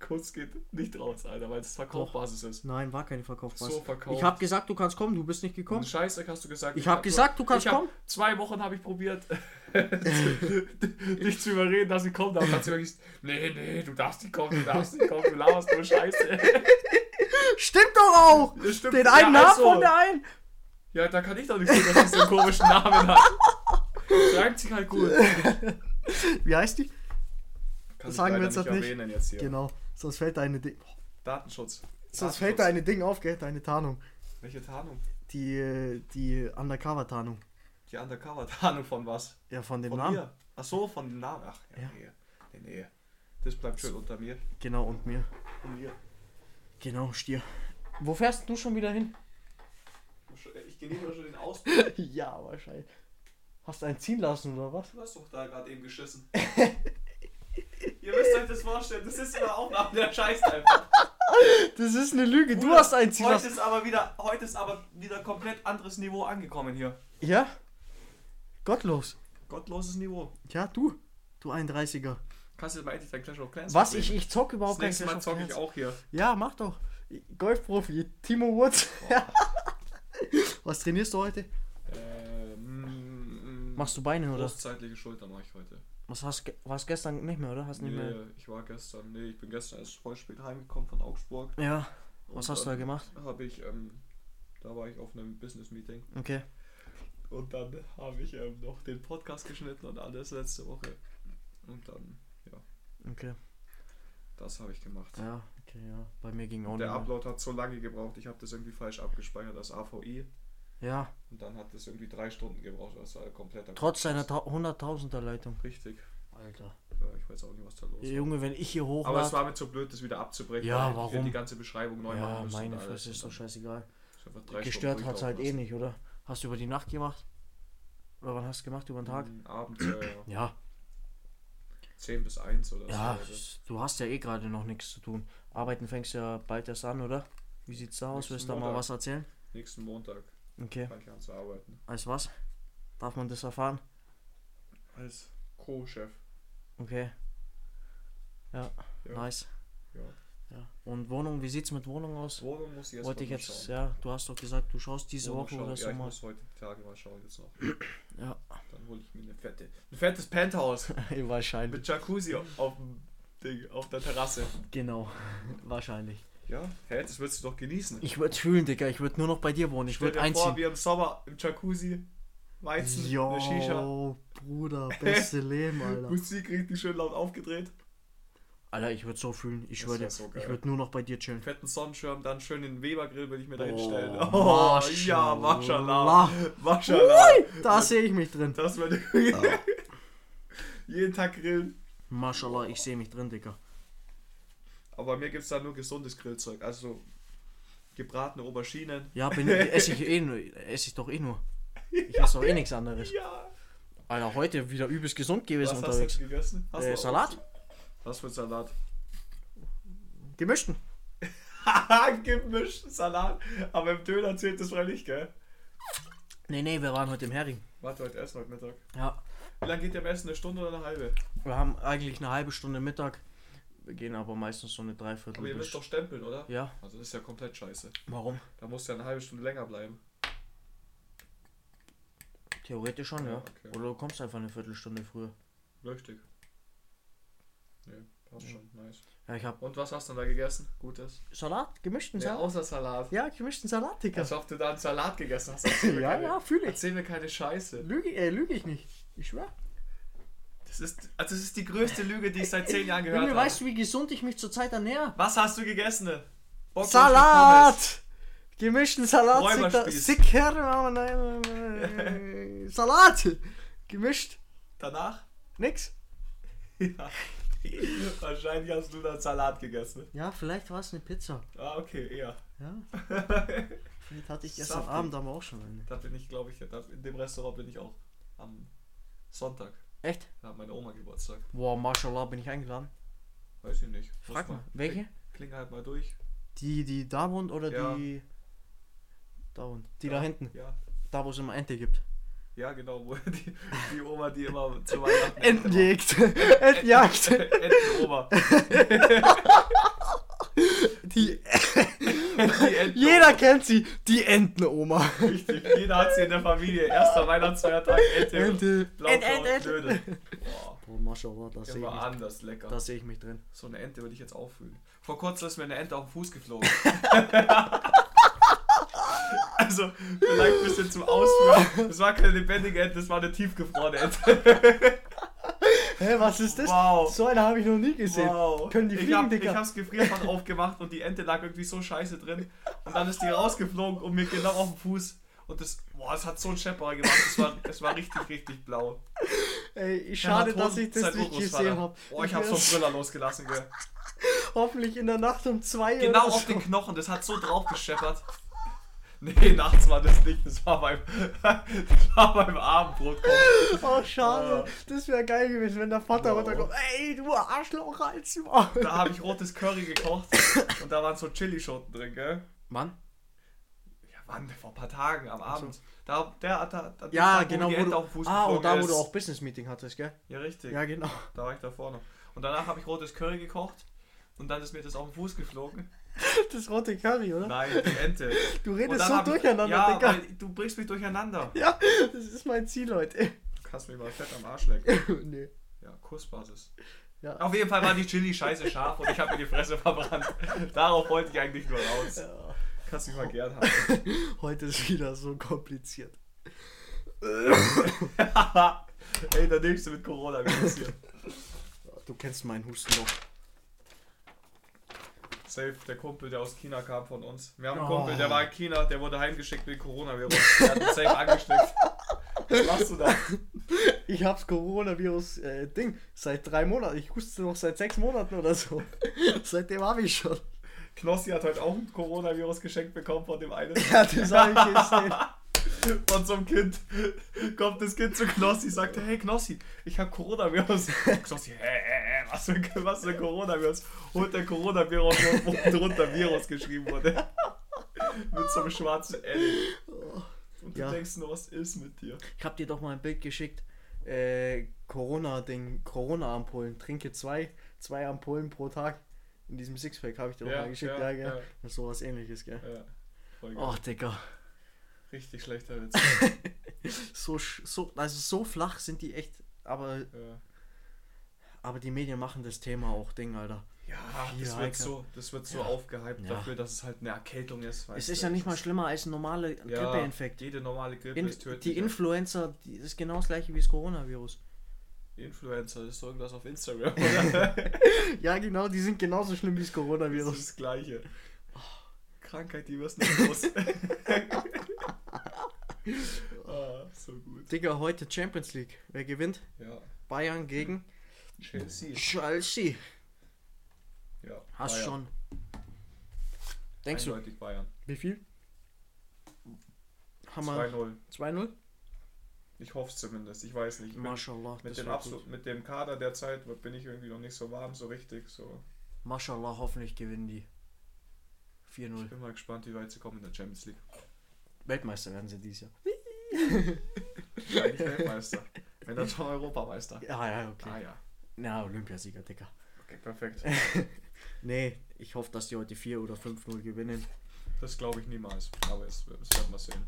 [SPEAKER 2] Kurz geht nicht raus, Alter, weil es Verkaufbasis ist.
[SPEAKER 1] Nein, war keine Verkaufsbasis.
[SPEAKER 2] So verkauft. Hm.
[SPEAKER 1] Ich habe gesagt, du kannst kommen, du bist nicht
[SPEAKER 2] Komm.
[SPEAKER 1] gekommen.
[SPEAKER 2] Scheiße, hast du gesagt.
[SPEAKER 1] Ich hab
[SPEAKER 2] hab-
[SPEAKER 1] gesagt, du kannst
[SPEAKER 2] ich hab-
[SPEAKER 1] kommen.
[SPEAKER 2] Zwei Wochen habe ich probiert, <laughs> dich zu überreden, dass ich komme. Dann hat sie gesagt, nee, nee, du darfst nicht kommen, du darfst nicht kommen, du laberst nur Scheiße. <laughs>
[SPEAKER 1] Stimmt doch auch!
[SPEAKER 2] Das stimmt.
[SPEAKER 1] Den einen
[SPEAKER 2] Ja,
[SPEAKER 1] Namen
[SPEAKER 2] also.
[SPEAKER 1] von der einen!
[SPEAKER 2] Ja, da kann ich doch nicht sehen, dass es so einen komischen Namen hat. Schreibt sich halt gut.
[SPEAKER 1] Wie heißt die?
[SPEAKER 2] Kann
[SPEAKER 1] Sagen
[SPEAKER 2] ich
[SPEAKER 1] wir
[SPEAKER 2] leider
[SPEAKER 1] jetzt das nicht.
[SPEAKER 2] erwähnen jetzt hier.
[SPEAKER 1] Genau. Sonst fällt deine Ding.
[SPEAKER 2] Datenschutz.
[SPEAKER 1] Sonst
[SPEAKER 2] Datenschutz.
[SPEAKER 1] fällt deine Ding auf, gell? Deine Tarnung.
[SPEAKER 2] Welche Tarnung?
[SPEAKER 1] Die, äh, die Undercover-Tarnung.
[SPEAKER 2] Die Undercover-Tarnung von was?
[SPEAKER 1] Ja, von dem
[SPEAKER 2] Von
[SPEAKER 1] Namen.
[SPEAKER 2] mir. Ach so, von dem Namen. Ach, ja,
[SPEAKER 1] Ja.
[SPEAKER 2] nee. Nee, nee. Das bleibt schön unter mir.
[SPEAKER 1] Genau, und mir.
[SPEAKER 2] Und mir.
[SPEAKER 1] Genau, Stier. Wo fährst du schon wieder hin?
[SPEAKER 2] Ich genieße mir schon den Ausblick.
[SPEAKER 1] <coughs> ja, wahrscheinlich. Hast du einen ziehen lassen oder was?
[SPEAKER 2] Du hast doch da gerade eben geschissen.
[SPEAKER 1] <laughs>
[SPEAKER 2] Ihr müsst euch das vorstellen, das ist immer Aufnahme, der scheißt einfach.
[SPEAKER 1] Das ist eine Lüge. Du
[SPEAKER 2] Bruder,
[SPEAKER 1] hast einen ziehen
[SPEAKER 2] heute
[SPEAKER 1] lassen.
[SPEAKER 2] ist, aber wieder, heute ist aber wieder komplett anderes Niveau angekommen hier.
[SPEAKER 1] Ja? Gottlos.
[SPEAKER 2] Gottloses Niveau.
[SPEAKER 1] Ja, du. Du 31er.
[SPEAKER 2] Kannst du mal endlich dein Clash of Clans
[SPEAKER 1] Was?
[SPEAKER 2] spielen?
[SPEAKER 1] Ich, ich zock
[SPEAKER 2] Das
[SPEAKER 1] überhaupt
[SPEAKER 2] nächste
[SPEAKER 1] kein
[SPEAKER 2] Mal
[SPEAKER 1] Clash of
[SPEAKER 2] zocke ich
[SPEAKER 1] Clans.
[SPEAKER 2] auch hier.
[SPEAKER 1] Ja, mach doch. Golfprofi, Timo Woods. <laughs> Was trainierst du heute?
[SPEAKER 2] Ähm,
[SPEAKER 1] Machst du Beine oder?
[SPEAKER 2] Großzeitliche Schulter mache ich heute.
[SPEAKER 1] Was hast ge- warst gestern nicht mehr, oder? Hast nicht
[SPEAKER 2] Nee,
[SPEAKER 1] mehr.
[SPEAKER 2] ich war gestern, nee, ich bin gestern erst voll spät heimgekommen von Augsburg.
[SPEAKER 1] Ja. Was
[SPEAKER 2] Und
[SPEAKER 1] hast du da
[SPEAKER 2] dann
[SPEAKER 1] gemacht?
[SPEAKER 2] Habe ich, ähm, da war ich auf einem Business-Meeting.
[SPEAKER 1] Okay.
[SPEAKER 2] Und dann habe ich ähm, noch den Podcast geschnitten und alles letzte Woche. Und dann, ja,
[SPEAKER 1] Okay.
[SPEAKER 2] das habe ich gemacht.
[SPEAKER 1] Ja, okay, ja. Bei mir ging auch
[SPEAKER 2] Der
[SPEAKER 1] nicht. Mehr.
[SPEAKER 2] Upload hat so lange gebraucht, ich habe das irgendwie falsch abgespeichert als AVI.
[SPEAKER 1] Ja,
[SPEAKER 2] Und dann hat das irgendwie drei Stunden gebraucht, das war kompletter
[SPEAKER 1] trotz
[SPEAKER 2] Quatsch.
[SPEAKER 1] seiner 100.000er Leitung.
[SPEAKER 2] Richtig.
[SPEAKER 1] Alter.
[SPEAKER 2] Ja, ich weiß auch nicht, was da los ist.
[SPEAKER 1] Junge, wenn ich hier
[SPEAKER 2] Aber es
[SPEAKER 1] hochlade.
[SPEAKER 2] war mir zu blöd, das wieder abzubrechen.
[SPEAKER 1] Ja,
[SPEAKER 2] weil ich hätte
[SPEAKER 1] warum?
[SPEAKER 2] Die ganze Beschreibung neu machen
[SPEAKER 1] Ja,
[SPEAKER 2] müssen und
[SPEAKER 1] meine
[SPEAKER 2] alles.
[SPEAKER 1] Fresse ist
[SPEAKER 2] Und
[SPEAKER 1] doch scheißegal.
[SPEAKER 2] dann ist einfach drei
[SPEAKER 1] Gestört
[SPEAKER 2] Stunden
[SPEAKER 1] hat's halt eh
[SPEAKER 2] durchlaufen
[SPEAKER 1] nicht, oder? Hast du über die Nacht gemacht? Oder wann hast du gemacht? Über den eh Tag?
[SPEAKER 2] lassen. Mhm, Abends, äh,
[SPEAKER 1] Ja.
[SPEAKER 2] 10 bis 1 oder so.
[SPEAKER 1] Ja,
[SPEAKER 2] Also,
[SPEAKER 1] du hast ja eh gerade noch nichts zu tun. Arbeiten fängst ja bald erst an, oder? Wie sieht's da aus?
[SPEAKER 2] Nächsten
[SPEAKER 1] Willst du da mal
[SPEAKER 2] Montag.
[SPEAKER 1] was erzählen?
[SPEAKER 2] Nächsten Montag
[SPEAKER 1] Okay.
[SPEAKER 2] fange ich an zu arbeiten.
[SPEAKER 1] Als was? Darf man das erfahren?
[SPEAKER 2] Als Co-Chef.
[SPEAKER 1] Okay. Ja,
[SPEAKER 2] Ja.
[SPEAKER 1] nice.
[SPEAKER 2] Ja.
[SPEAKER 1] Ja. Und Wohnung, wie sieht's mit Wohnung aus?
[SPEAKER 2] Wohnung muss ich jetzt
[SPEAKER 1] Wollte
[SPEAKER 2] mal
[SPEAKER 1] ich jetzt,
[SPEAKER 2] schauen.
[SPEAKER 1] ja, du hast doch gesagt, du schaust diese
[SPEAKER 2] Wohnung
[SPEAKER 1] Woche
[SPEAKER 2] schauen.
[SPEAKER 1] oder so
[SPEAKER 2] ja, ich
[SPEAKER 1] mal.
[SPEAKER 2] muss heute die Tage mal schauen jetzt noch.
[SPEAKER 1] <clears throat> Ja,
[SPEAKER 2] Dann hole ich mir eine fette, ein
[SPEAKER 1] <laughs>
[SPEAKER 2] fettes Penthouse
[SPEAKER 1] wahrscheinlich.
[SPEAKER 2] mit Jacuzzi auf dem Ding, auf der Terrasse.
[SPEAKER 1] Genau, <laughs> wahrscheinlich.
[SPEAKER 2] Ja, hä, das willst du doch genießen.
[SPEAKER 1] Ich würde fühlen, Digga, ich würde nur noch bei dir wohnen, ich
[SPEAKER 2] Stell
[SPEAKER 1] würde
[SPEAKER 2] dir vor,
[SPEAKER 1] einziehen.
[SPEAKER 2] wir im Sommer im Jacuzzi, Weizen, eine Shisha.
[SPEAKER 1] Jo, Bruder, beste Leben, Alter.
[SPEAKER 2] Musik richtig schön laut aufgedreht.
[SPEAKER 1] <laughs> Alter, ich würde so fühlen, ich
[SPEAKER 2] Das
[SPEAKER 1] würde,
[SPEAKER 2] wär so geil.
[SPEAKER 1] ich würde nur noch bei dir <laughs> chillen.
[SPEAKER 2] Fetten Sonnenschirm, dann schön den Webergrill würde ich mir da hinstellen.
[SPEAKER 1] Oh,
[SPEAKER 2] <laughs> ja,
[SPEAKER 1] Maschallah.
[SPEAKER 2] Maschallah. Maschallah.
[SPEAKER 1] Da sehe ich mich drin.
[SPEAKER 2] Das würde <laughs> jeden Tag grillen.
[SPEAKER 1] Maschallah, ich sehe mich drin, Digga.
[SPEAKER 2] Aber bei mir gibt es da nur gesundes Grillzeug. Also gebratene Auberginen.
[SPEAKER 1] Ja, bin, esse ich eh nur, esse ich doch eh nur. Ich esse <laughs> doch eh nichts anderes.
[SPEAKER 2] Ja.
[SPEAKER 1] Alter, heute wieder übelst gesund gewesen
[SPEAKER 2] Was hast du
[SPEAKER 1] unterwegs.
[SPEAKER 2] jetzt gegessen? Hast
[SPEAKER 1] Äh,
[SPEAKER 2] du-
[SPEAKER 1] Salat?
[SPEAKER 2] Was für ein Salat? <laughs>
[SPEAKER 1] Gemischten.
[SPEAKER 2] Haha, gemischten Salat. Aber im Döner zählt das freilich, gell?
[SPEAKER 1] Nee, nee, wir waren heute im Hering.
[SPEAKER 2] Warte, heute essen heute Mittag.
[SPEAKER 1] Ja.
[SPEAKER 2] Wie lange geht der am Essen? Eine Stunde oder eine halbe?
[SPEAKER 1] Wir haben eigentlich eine halbe Stunde Mittag. gehen aber meistens so eine Dreiviertel.
[SPEAKER 2] Aber ihr müsst
[SPEAKER 1] durch.
[SPEAKER 2] doch stempeln, oder?
[SPEAKER 1] ja,
[SPEAKER 2] Also das ist ja komplett scheiße.
[SPEAKER 1] warum?
[SPEAKER 2] Da musst du ja eine halbe Stunde länger bleiben.
[SPEAKER 1] Theoretisch schon, ja.
[SPEAKER 2] Ja, okay.
[SPEAKER 1] Oder du kommst einfach eine Viertelstunde früher.
[SPEAKER 2] Richtig. Nee, passt
[SPEAKER 1] Ja.
[SPEAKER 2] schon. Nice.
[SPEAKER 1] Ja, ich habe
[SPEAKER 2] Und was hast du denn da gegessen? Gutes?
[SPEAKER 1] Salat, gemischten
[SPEAKER 2] Ja,
[SPEAKER 1] Salat.
[SPEAKER 2] Also- außer Salat.
[SPEAKER 1] Ja, gemischten Salat, Digga.
[SPEAKER 2] Als ob du da einen Salat gegessen hast. Erzähl mir
[SPEAKER 1] ja,
[SPEAKER 2] keine-
[SPEAKER 1] ja, fühle ich.
[SPEAKER 2] Erzähl mir keine Scheiße.
[SPEAKER 1] Lüge, äh, lüge ich nicht. Ich schwör.
[SPEAKER 2] Das ist, also das ist die größte Lüge, die ich seit zehn Jahren gehört
[SPEAKER 1] Junge,
[SPEAKER 2] habe.
[SPEAKER 1] weißt du, wie gesund ich mich zurzeit ernähre?
[SPEAKER 2] Was hast du gegessen? Bockwurst mit Pommes.
[SPEAKER 1] Salat! Gemischten Salat, sicker,
[SPEAKER 2] Räuberspieß.
[SPEAKER 1] sicker, aber nein, <laughs> äh, Salat! Gemischt,
[SPEAKER 2] Danach? <laughs>
[SPEAKER 1] nix.
[SPEAKER 2] Ja. Wahrscheinlich hast du dann Salat gegessen.
[SPEAKER 1] Ja, vielleicht war es eine Pizza.
[SPEAKER 2] Ah, okay, ja.
[SPEAKER 1] <laughs> Ja, vielleicht hatte ich gestern
[SPEAKER 2] Saftig.
[SPEAKER 1] Abend aber auch schon eine.
[SPEAKER 2] da bin ich, glaube ich, da, in dem Restaurant bin ich auch am Sonntag.
[SPEAKER 1] Echt?
[SPEAKER 2] Da hat meine Oma Geburtstag.
[SPEAKER 1] Boah, mashallah, bin ich eingeladen.
[SPEAKER 2] Weiß ich nicht. Muss
[SPEAKER 1] Frag mal, welche?
[SPEAKER 2] Kling, kling halt mal durch.
[SPEAKER 1] Die, die da wohnt oder
[SPEAKER 2] Ja.
[SPEAKER 1] die. Da wohnt. Die
[SPEAKER 2] Ja.
[SPEAKER 1] da hinten.
[SPEAKER 2] Ja.
[SPEAKER 1] Da, wo es immer Ente gibt.
[SPEAKER 2] Ja, genau, wo <laughs> die, die Oma, die immer zu Weihnachten.
[SPEAKER 1] <laughs> Entenjagd!
[SPEAKER 2] <laughs>
[SPEAKER 1] Entenjagd!
[SPEAKER 2] Entenoma.
[SPEAKER 1] Die,
[SPEAKER 2] Die Enten
[SPEAKER 1] jeder kennt sie, die Entenoma.
[SPEAKER 2] Richtig, jeder hat sie in der Familie. Erster Weihnachtsfeiertag, Ente.
[SPEAKER 1] Ente.
[SPEAKER 2] Blaukraut,
[SPEAKER 1] Ent- Ent-
[SPEAKER 2] Blöde. Boah,
[SPEAKER 1] Boah, mashallah, da sehe ich,
[SPEAKER 2] immer
[SPEAKER 1] mich-
[SPEAKER 2] anders lecker.
[SPEAKER 1] da seh ich mich drin.
[SPEAKER 2] So eine Ente würde ich jetzt auffühlen. Vor kurzem ist mir eine Ente auf den Fuß
[SPEAKER 1] <laughs>
[SPEAKER 2] geflogen. also, vielleicht ein bisschen zum Ausführen. Das war keine lebendige Ente, das war eine tiefgefrorene Ente.
[SPEAKER 1] Hä, was ist das?
[SPEAKER 2] Wow.
[SPEAKER 1] So eine habe ich noch nie gesehen. Können die
[SPEAKER 2] ich,
[SPEAKER 1] fliegen,
[SPEAKER 2] hab, ich
[SPEAKER 1] Digga?
[SPEAKER 2] hab's Gefrierfach aufgemacht und die Ente lag irgendwie so scheiße drin. Und dann ist die rausgeflogen und mir genau auf den Fuß. Und das, boah, das hat so einen Schepperer gemacht. Es war, es war richtig, richtig blau.
[SPEAKER 1] Ey, schade, dass ich das
[SPEAKER 2] Sein
[SPEAKER 1] nicht
[SPEAKER 2] halt Urgroßvater.
[SPEAKER 1] gesehen habe.
[SPEAKER 2] Boah, ich hab so einen Brüller
[SPEAKER 1] <laughs>
[SPEAKER 2] losgelassen, gell.
[SPEAKER 1] Hoffentlich in der Nacht um zwei
[SPEAKER 2] Genau
[SPEAKER 1] oder
[SPEAKER 2] auf
[SPEAKER 1] so.
[SPEAKER 2] den Knochen, das hat so drauf gescheppert. Nee, nachts war das nicht, das war beim, <laughs> das war beim Abendbrot.
[SPEAKER 1] <laughs> Oh, schade. Das wäre geil gewesen, wenn der Vater
[SPEAKER 2] Wow.
[SPEAKER 1] runterkommt. Ey, du Arschloch, halt's mal.
[SPEAKER 2] Da habe ich rotes Curry gekocht und da waren so Chilischoten drin, gell?
[SPEAKER 1] Mann?
[SPEAKER 2] Ja, wann? Vor ein paar Tagen, am Abend. Da, der hat da, da
[SPEAKER 1] Ja,
[SPEAKER 2] da, wo
[SPEAKER 1] genau.
[SPEAKER 2] die
[SPEAKER 1] Wo
[SPEAKER 2] Ente
[SPEAKER 1] du,
[SPEAKER 2] auf den Fuß
[SPEAKER 1] ah, und
[SPEAKER 2] geflogen
[SPEAKER 1] da, wo
[SPEAKER 2] ist.
[SPEAKER 1] du auch Business-Meeting hattest, gell?
[SPEAKER 2] Ja, richtig.
[SPEAKER 1] Ja, genau.
[SPEAKER 2] Da war ich da vorne. Und danach habe ich rotes Curry gekocht und dann ist mir das auf den Fuß geflogen.
[SPEAKER 1] <laughs> Das rote Curry, oder?
[SPEAKER 2] Nein, die Ente.
[SPEAKER 1] Du
[SPEAKER 2] Und
[SPEAKER 1] redest
[SPEAKER 2] dann
[SPEAKER 1] so
[SPEAKER 2] hab ich-
[SPEAKER 1] durcheinander,
[SPEAKER 2] ja,
[SPEAKER 1] Digga.
[SPEAKER 2] Weil, du bringst mich durcheinander.
[SPEAKER 1] <laughs> Ja, das ist mein Ziel heute. <laughs>
[SPEAKER 2] Du kannst mich mal fett am Arsch lecken.
[SPEAKER 1] nee.
[SPEAKER 2] Ja, Kussbasis.
[SPEAKER 1] Ja.
[SPEAKER 2] Auf jeden Fall war die Chili scheiße scharf und ich habe mir die Fresse verbrannt. Darauf wollte ich eigentlich nur raus.
[SPEAKER 1] Ja. <laughs>
[SPEAKER 2] Kannst mich mal gern haben.
[SPEAKER 1] Heute ist wieder so kompliziert. <laughs>
[SPEAKER 2] Ey, da nimmst du mit Corona virus hier.
[SPEAKER 1] Du kennst meinen Husten doch.
[SPEAKER 2] Safe, der Kumpel, der aus China kam von uns. Wir haben einen
[SPEAKER 1] Oh.
[SPEAKER 2] Kumpel, der war in China, der wurde heimgeschickt wegen Coronavirus. Der hat uns safe angesteckt. Was machst du da?
[SPEAKER 1] Ich hab's Coronavirus-Ding seit drei Monaten. Ich huste noch seit sechs Monaten oder <laughs> so. Seitdem hab ich schon.
[SPEAKER 2] Knossi hat heute auch ein Coronavirus geschenkt bekommen von dem einen.
[SPEAKER 1] Ja, das hab ich gesehen.
[SPEAKER 2] Von so einem Kind. Kommt das Kind zu Knossi, sagt, hey Knossi, ich hab Coronavirus. Knossi, hä, hä, hä, was für, was für Coronavirus? Holt der Coronavirus, wo oben drunter Virus geschrieben wurde. Mit so einem schwarzen L. Und du
[SPEAKER 1] Ja.
[SPEAKER 2] denkst nur, was ist mit dir?
[SPEAKER 1] Ich hab dir doch mal ein Bild geschickt. Äh, Corona-Ding, Corona-Ampullen. Trinke zwei, zwei Ampullen pro Tag. In diesem Sixpack habe ich dir doch
[SPEAKER 2] Ja,
[SPEAKER 1] mal geschickt.
[SPEAKER 2] ja,
[SPEAKER 1] Ja, gell?
[SPEAKER 2] ja.
[SPEAKER 1] Ja. Sowas ähnliches, gell?
[SPEAKER 2] Ja, voll geil.
[SPEAKER 1] Oh, Digga.
[SPEAKER 2] Richtig schlechter
[SPEAKER 1] <laughs>
[SPEAKER 2] Witz.
[SPEAKER 1] So, sch- so, also so flach sind die echt. Aber,
[SPEAKER 2] Ja.
[SPEAKER 1] aber die Medien machen das Thema auch Ding, Alter.
[SPEAKER 2] Ja, Ah, das
[SPEAKER 1] Ja,
[SPEAKER 2] wird
[SPEAKER 1] Alter.
[SPEAKER 2] so, das wird so aufgehypt
[SPEAKER 1] Ja.
[SPEAKER 2] dafür, dass es halt eine Erkältung ist.
[SPEAKER 1] Es
[SPEAKER 2] weißt
[SPEAKER 1] ist
[SPEAKER 2] du.
[SPEAKER 1] ja nicht mal schlimmer als ein normaler
[SPEAKER 2] Ja,
[SPEAKER 1] Grippeinfekt.
[SPEAKER 2] Jede normale Grippe
[SPEAKER 1] In,
[SPEAKER 2] ist tödlich.
[SPEAKER 1] die Influencer, die ist genau das gleiche wie das Coronavirus.
[SPEAKER 2] Influencer, das ist irgendwas
[SPEAKER 1] <laughs>
[SPEAKER 2] auf Instagram, oder?
[SPEAKER 1] Ja, genau, die sind genauso schlimm wie das
[SPEAKER 2] <laughs> das
[SPEAKER 1] Coronavirus.
[SPEAKER 2] ist das Gleiche.
[SPEAKER 1] Oh.
[SPEAKER 2] Krankheit, die wirst
[SPEAKER 1] <laughs>
[SPEAKER 2] nicht los. <laughs> ah, so gut.
[SPEAKER 1] Digga, heute Champions League. Wer gewinnt?
[SPEAKER 2] Ja,
[SPEAKER 1] Bayern gegen
[SPEAKER 2] Chelsea.
[SPEAKER 1] Chelsea.
[SPEAKER 2] Ja,
[SPEAKER 1] Hast
[SPEAKER 2] Bayern.
[SPEAKER 1] schon. Denkst du,
[SPEAKER 2] Eindeutig Bayern.
[SPEAKER 1] wie viel? Haben wir
[SPEAKER 2] 2-0.
[SPEAKER 1] 2-0?
[SPEAKER 2] Ich hoffe es zumindest. Ich weiß nicht. Ich bin
[SPEAKER 1] Mashallah,
[SPEAKER 2] mit,
[SPEAKER 1] das
[SPEAKER 2] dem
[SPEAKER 1] war
[SPEAKER 2] Absolut, mit dem Kader der Zeit bin ich irgendwie noch nicht so warm, so richtig. So.
[SPEAKER 1] gut. Mashallah, hoffentlich gewinnen die.
[SPEAKER 2] Ich
[SPEAKER 1] 4-0.
[SPEAKER 2] bin mal gespannt, wie weit sie kommen in der Champions <laughs> League.
[SPEAKER 1] Weltmeister werden sie dieses Jahr.
[SPEAKER 2] Wahrscheinlich Weltmeister. Wenn dann schon Europameister.
[SPEAKER 1] Ah ja, okay.
[SPEAKER 2] Ah ja.
[SPEAKER 1] Na, Olympiasieger, Digga.
[SPEAKER 2] Okay. perfekt.
[SPEAKER 1] Nee, ich hoffe, dass die heute 4 oder 5-0 gewinnen.
[SPEAKER 2] Das glaube ich niemals. Aber es, es werden wir sehen.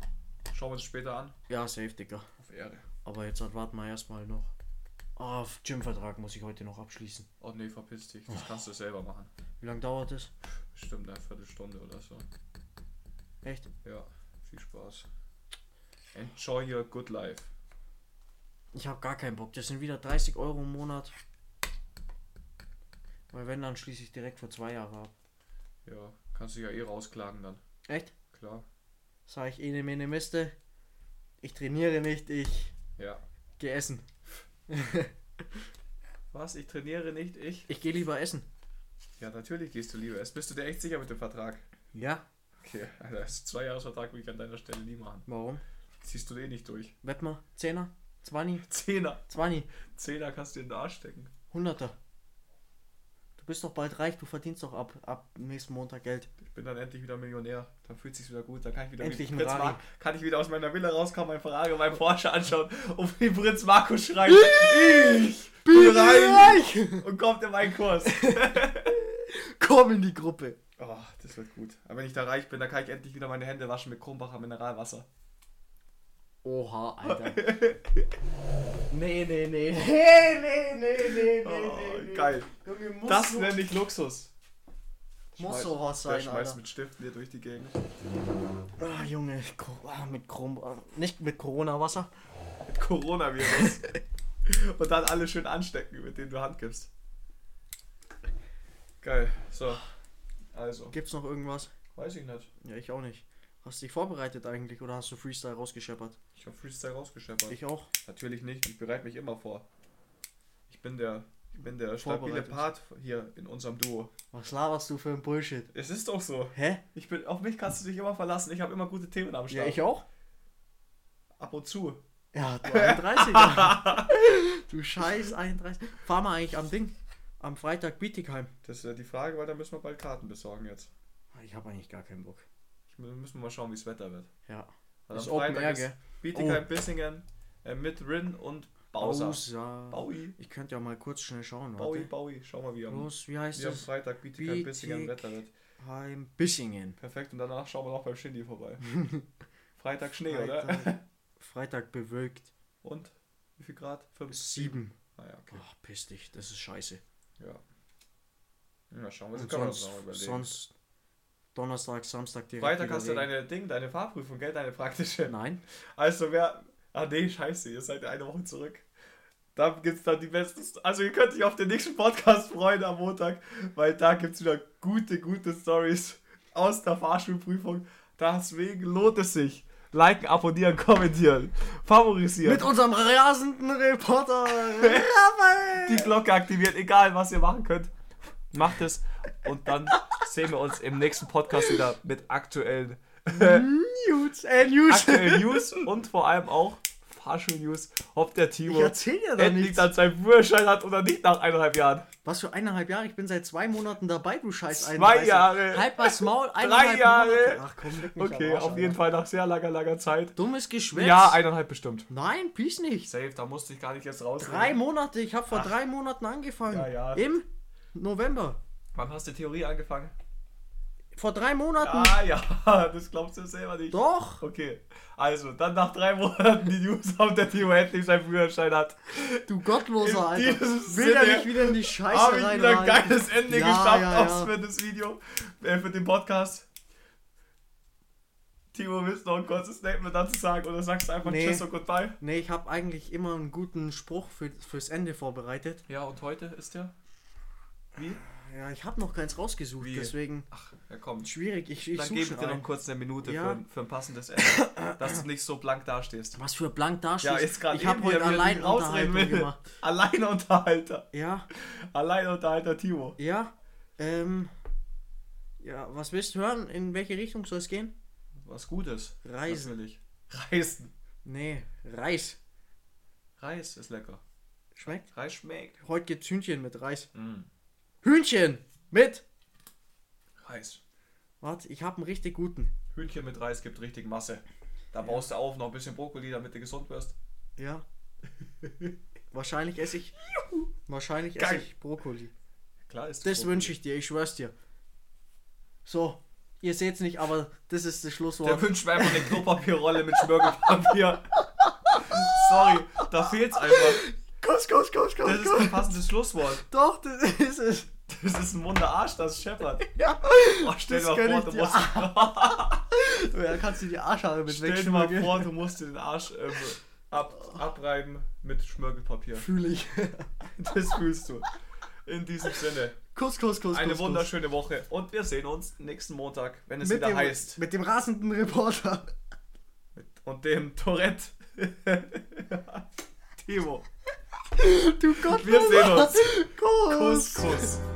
[SPEAKER 2] Schauen wir uns später an.
[SPEAKER 1] Ja, safe, Digga.
[SPEAKER 2] Auf Erde.
[SPEAKER 1] Aber jetzt halt warten wir erstmal noch. Ah, Gymvertrag muss ich heute noch abschließen.
[SPEAKER 2] Oh nee, verpiss dich. Das kannst du selber machen.
[SPEAKER 1] Wie lange dauert das?
[SPEAKER 2] Bestimmt eine Viertelstunde oder so.
[SPEAKER 1] Echt?
[SPEAKER 2] Ja, viel Spaß. Enjoy your good life.
[SPEAKER 1] Ich habe gar keinen Bock. Das sind wieder 30 Euro im Monat. Weil wenn, dann schließe ich direkt vor zwei Jahren ab.
[SPEAKER 2] Ja, kannst du ja eh rausklagen dann.
[SPEAKER 1] Echt?
[SPEAKER 2] Klar.
[SPEAKER 1] Sag ich ene mene miste. Ich trainiere nicht, ich
[SPEAKER 2] Ja.
[SPEAKER 1] gehe essen.
[SPEAKER 2] Was? Ich trainiere nicht, ich?
[SPEAKER 1] Ich gehe lieber essen.
[SPEAKER 2] Ja, natürlich gehst du lieber. Es bist du dir echt sicher mit dem Vertrag.
[SPEAKER 1] Ja.
[SPEAKER 2] Okay, Alter, das ist ein Zweijahresvertrag würde ich an deiner Stelle nie machen.
[SPEAKER 1] Warum?
[SPEAKER 2] Ziehst du eh nicht durch.
[SPEAKER 1] Wett mal. Zehner? 20?
[SPEAKER 2] Zehner.
[SPEAKER 1] 20?
[SPEAKER 2] Zehner kannst du in den Arsch stecken.
[SPEAKER 1] Hunderter? Du bist doch bald reich, du verdienst doch ab, ab nächsten Montag Geld.
[SPEAKER 2] Ich bin dann endlich wieder Millionär. Dann fühlt sich's wieder gut. Dann kann ich wieder
[SPEAKER 1] Endlich
[SPEAKER 2] wie
[SPEAKER 1] ein
[SPEAKER 2] Prinz
[SPEAKER 1] Rari.
[SPEAKER 2] Mar kann ich wieder aus meiner Villa rauskommen, mein Ferrari und meinen Porsche anschauen und wie Prinz Marco
[SPEAKER 1] <laughs>
[SPEAKER 2] schreit. ich bin rein und kommt in meinen
[SPEAKER 1] <laughs>
[SPEAKER 2] Kurs.
[SPEAKER 1] Komm in die Gruppe.
[SPEAKER 2] Oh, das wird gut. Aber wenn ich da reich bin, dann kann ich endlich wieder meine Hände waschen mit Kronbacher Mineralwasser.
[SPEAKER 1] Oha, <laughs> Alter. nee, nee, <laughs> nee. Nee, nee, nee, nee, nee,
[SPEAKER 2] Oh,
[SPEAKER 1] nee, nee.
[SPEAKER 2] geil.
[SPEAKER 1] Junge, muss
[SPEAKER 2] Das
[SPEAKER 1] so,
[SPEAKER 2] nenne ich Luxus.
[SPEAKER 1] muss
[SPEAKER 2] Schmeiß-
[SPEAKER 1] so was
[SPEAKER 2] Der
[SPEAKER 1] sein,
[SPEAKER 2] schmeißt
[SPEAKER 1] Alter.
[SPEAKER 2] mit Stiften hier durch die Gegend.
[SPEAKER 1] Ah, Junge, Ko- ah, mit Chrom... ah, Nicht mit Corona-Wasser.
[SPEAKER 2] Mit Coronavirus. <laughs> und dann alle schön anstecken, mit denen du Hand gibst. Geil. So. Also.
[SPEAKER 1] Gibt's noch irgendwas?
[SPEAKER 2] Weiß ich nicht.
[SPEAKER 1] Ja, ich auch nicht. Hast du dich vorbereitet eigentlich oder hast du Freestyle rausgescheppert?
[SPEAKER 2] Ich habe Freestyle rausgescheppert.
[SPEAKER 1] Ich auch.
[SPEAKER 2] Natürlich nicht, ich bereite mich immer vor. Ich bin der, ich bin der stabile
[SPEAKER 1] Vorbereitet.
[SPEAKER 2] Part hier in unserem Duo.
[SPEAKER 1] Was laberst du für ein Bullshit?
[SPEAKER 2] Es ist doch so.
[SPEAKER 1] Hä?
[SPEAKER 2] Ich bin, auf mich kannst du dich immer verlassen. Ich habe immer gute Themen am Start.
[SPEAKER 1] auch?
[SPEAKER 2] Ab und zu.
[SPEAKER 1] Ja,
[SPEAKER 2] <laughs>
[SPEAKER 1] du 31er. <laughs> du scheiß 31. Fahr mal eigentlich am Ding. Am Freitag Bietigheim. Ah,
[SPEAKER 2] Das ist ja die Frage, weil da müssen wir bald Karten besorgen jetzt.
[SPEAKER 1] Ich habe eigentlich gar keinen Bock.
[SPEAKER 2] Ich, mü- müssen wir mal schauen, wie das Wetter wird.
[SPEAKER 1] Ja.
[SPEAKER 2] Weil
[SPEAKER 1] ist
[SPEAKER 2] am
[SPEAKER 1] Open
[SPEAKER 2] Freitag
[SPEAKER 1] Air,
[SPEAKER 2] ist
[SPEAKER 1] gell? Oh.
[SPEAKER 2] Bietigheim, Bissingen äh, mit Rin und Bowser.
[SPEAKER 1] Bausa.
[SPEAKER 2] Baui.
[SPEAKER 1] Ich könnte ja mal kurz schnell schauen.
[SPEAKER 2] Baui,
[SPEAKER 1] Warte.
[SPEAKER 2] Baui. Schau mal, wie am,
[SPEAKER 1] Los, wie heißt
[SPEAKER 2] wie am
[SPEAKER 1] es?
[SPEAKER 2] Freitag Bietigheim, Bissingen
[SPEAKER 1] Bietig-
[SPEAKER 2] Wetter wird.
[SPEAKER 1] Heim Bissingen.
[SPEAKER 2] Perfekt. Und danach schauen wir noch beim Shindy
[SPEAKER 1] <laughs>
[SPEAKER 2] vorbei. Freitag Schnee, oder? <laughs>
[SPEAKER 1] Freitag, Freitag bewölkt.
[SPEAKER 2] Und? Wie viel Grad? Fünf?
[SPEAKER 1] Sieben.
[SPEAKER 2] Ah ja, okay.
[SPEAKER 1] Ach, piss dich. Das ist scheiße.
[SPEAKER 2] Ja. Ja, schauen wir uns
[SPEAKER 1] Und
[SPEAKER 2] können wir uns
[SPEAKER 1] sonst,
[SPEAKER 2] noch überlegen.
[SPEAKER 1] sonst Donnerstag, Samstag direkt.
[SPEAKER 2] Freitag hast du
[SPEAKER 1] überlegen.
[SPEAKER 2] deine Ding, deine Fahrprüfung, gell? Deine praktische.
[SPEAKER 1] Nein.
[SPEAKER 2] Also wer. Ah nee, scheiße, ihr seid ja eine Woche zurück. Da gibt's dann die besten. St- Also ihr könnt euch auf den nächsten Podcast freuen am Montag, weil da gibt's wieder gute, gute Stories aus der Fahrschulprüfung. Deswegen lohnt es sich. Liken, abonnieren, kommentieren, favorisieren.
[SPEAKER 1] Mit unserem rasenden
[SPEAKER 2] <laughs>
[SPEAKER 1] Reporter Raphael.
[SPEAKER 2] die Glocke aktiviert, egal was ihr machen könnt. Macht es und dann sehen wir uns im nächsten Podcast wieder mit aktuellen,
[SPEAKER 1] News, äh, News.
[SPEAKER 2] aktuellen News und vor allem auch Fahrschul-News, ob der
[SPEAKER 1] Ich
[SPEAKER 2] Timo
[SPEAKER 1] erzähl ja da
[SPEAKER 2] endlich
[SPEAKER 1] nichts.
[SPEAKER 2] dann seinen Führerschein hat oder nicht nach eineinhalb Jahren.
[SPEAKER 1] Was für eineinhalb Jahre? Ich bin seit zwei Monaten dabei, du scheiß
[SPEAKER 2] Zwei
[SPEAKER 1] 31.
[SPEAKER 2] Jahre.
[SPEAKER 1] Halb was Maul, eineinhalb
[SPEAKER 2] Jahre.
[SPEAKER 1] Monate. Ach komm, leck mich
[SPEAKER 2] Okay,
[SPEAKER 1] am Arsch,
[SPEAKER 2] auf jeden
[SPEAKER 1] Alter.
[SPEAKER 2] Fall nach sehr langer, langer Zeit.
[SPEAKER 1] Dummes Geschwätz.
[SPEAKER 2] Ja, eineinhalb bestimmt.
[SPEAKER 1] Nein, peace nicht.
[SPEAKER 2] Safe, da musste ich gar nicht jetzt raus.
[SPEAKER 1] Drei Monate, ich habe vor drei Monaten angefangen.
[SPEAKER 2] Ja, ja.
[SPEAKER 1] Im November.
[SPEAKER 2] Wann hast du Theorie angefangen?
[SPEAKER 1] Vor drei Monaten.
[SPEAKER 2] Ah ja, <laughs> das glaubst du selber nicht.
[SPEAKER 1] Doch.
[SPEAKER 2] Okay, also dann nach drei Monaten die News, ob der Timo endlich seinen Führerschein hat.
[SPEAKER 1] Du gottloser
[SPEAKER 2] In
[SPEAKER 1] Alter.
[SPEAKER 2] diesem
[SPEAKER 1] Will er
[SPEAKER 2] Sinne
[SPEAKER 1] mich wieder in die Scheiße
[SPEAKER 2] Habe ich wieder ein
[SPEAKER 1] reinreiten?
[SPEAKER 2] geiles Ende
[SPEAKER 1] Ja,
[SPEAKER 2] geschafft
[SPEAKER 1] ja,
[SPEAKER 2] aufs
[SPEAKER 1] ja.
[SPEAKER 2] für das Video, äh, für den Podcast. Timo, willst du noch ein kurzes Statement dazu sagen oder sagst du einfach
[SPEAKER 1] Nee.
[SPEAKER 2] Tschüss und Goodbye?
[SPEAKER 1] Nee, ich habe eigentlich immer einen guten Spruch für, fürs Ende vorbereitet.
[SPEAKER 2] Ja, und heute ist der? Wie?
[SPEAKER 1] Ja, ich habe noch keins rausgesucht,
[SPEAKER 2] Wie?
[SPEAKER 1] deswegen
[SPEAKER 2] Ach, ja komm.
[SPEAKER 1] schwierig. Ich, ich
[SPEAKER 2] Dann
[SPEAKER 1] suche
[SPEAKER 2] gebe ich
[SPEAKER 1] schon
[SPEAKER 2] dir noch
[SPEAKER 1] einen.
[SPEAKER 2] kurz eine Minute
[SPEAKER 1] Ja.
[SPEAKER 2] für, ein- für ein passendes Ende, dass du nicht so blank dastehst.
[SPEAKER 1] Was für blank dastehst.
[SPEAKER 2] Ja, jetzt gerade
[SPEAKER 1] ich habe
[SPEAKER 2] eben, wie
[SPEAKER 1] heute
[SPEAKER 2] er wieder
[SPEAKER 1] allein
[SPEAKER 2] nicht rausreden
[SPEAKER 1] Unterhaltung
[SPEAKER 2] will.
[SPEAKER 1] gemacht.
[SPEAKER 2] Alleinunterhalter.
[SPEAKER 1] Ja,
[SPEAKER 2] Alleinunterhalter Timo.
[SPEAKER 1] ja. Ähm, ja, was willst du hören? In welche Richtung soll es gehen?
[SPEAKER 2] Was Gutes.
[SPEAKER 1] Reisen.
[SPEAKER 2] Natürlich. Reisen.
[SPEAKER 1] Nee, Reis.
[SPEAKER 2] Reis ist lecker.
[SPEAKER 1] Schmeckt?
[SPEAKER 2] Reis schmeckt.
[SPEAKER 1] Heute gibt's Hühnchen mit Reis.
[SPEAKER 2] Mm.
[SPEAKER 1] Hühnchen mit.
[SPEAKER 2] Reis.
[SPEAKER 1] Warte, ich habe einen richtig guten.
[SPEAKER 2] Hühnchen mit Reis gibt richtig Masse. Da baust du auf noch ein bisschen Brokkoli, damit du gesund wirst.
[SPEAKER 1] <laughs> Ja. wahrscheinlich esse ich. Wahrscheinlich esse
[SPEAKER 2] Geil.
[SPEAKER 1] ich Brokkoli.
[SPEAKER 2] Klar ist
[SPEAKER 1] Das
[SPEAKER 2] verboten.
[SPEAKER 1] wünsche ich dir, ich schwör's dir. So, ihr seht's nicht, aber das ist das
[SPEAKER 2] Der
[SPEAKER 1] Schlusswort.
[SPEAKER 2] wünscht mir einfach eine Klopapierrolle mit Schmirgelpapier. <laughs> Sorry, da fehlt's einfach.
[SPEAKER 1] Kuss, kuss, kuss,
[SPEAKER 2] Das ist ein passendes Schlusswort.
[SPEAKER 1] <laughs> Doch, das ist es.
[SPEAKER 2] Das ist ein wunder Arsch, das scheppert.
[SPEAKER 1] Ja.
[SPEAKER 2] Oh, stell
[SPEAKER 1] Das
[SPEAKER 2] dir
[SPEAKER 1] gönn
[SPEAKER 2] mal
[SPEAKER 1] ich
[SPEAKER 2] vor, du
[SPEAKER 1] dir.
[SPEAKER 2] musst,
[SPEAKER 1] Da kannst du die Arschhaare mit
[SPEAKER 2] stell dir mal
[SPEAKER 1] wegschmuggeln.
[SPEAKER 2] vor, du musst dir den Arsch ähm, ab, abreiben mit Schmirgelpapier.
[SPEAKER 1] Fühle ich. <laughs>
[SPEAKER 2] Das fühlst du. In diesem Sinne,
[SPEAKER 1] Kuss, kuss, kuss,
[SPEAKER 2] eine
[SPEAKER 1] kuss, kuss.
[SPEAKER 2] wunderschöne Woche und wir sehen uns nächsten Montag, wenn es
[SPEAKER 1] mit
[SPEAKER 2] wieder
[SPEAKER 1] dem,
[SPEAKER 2] heißt.
[SPEAKER 1] mit dem rasenden Reporter.
[SPEAKER 2] Und dem Tourette. <laughs> Timo.
[SPEAKER 1] Du Gott,
[SPEAKER 2] Wir sehen uns.
[SPEAKER 1] Kuss.
[SPEAKER 2] Kuss, Kuss.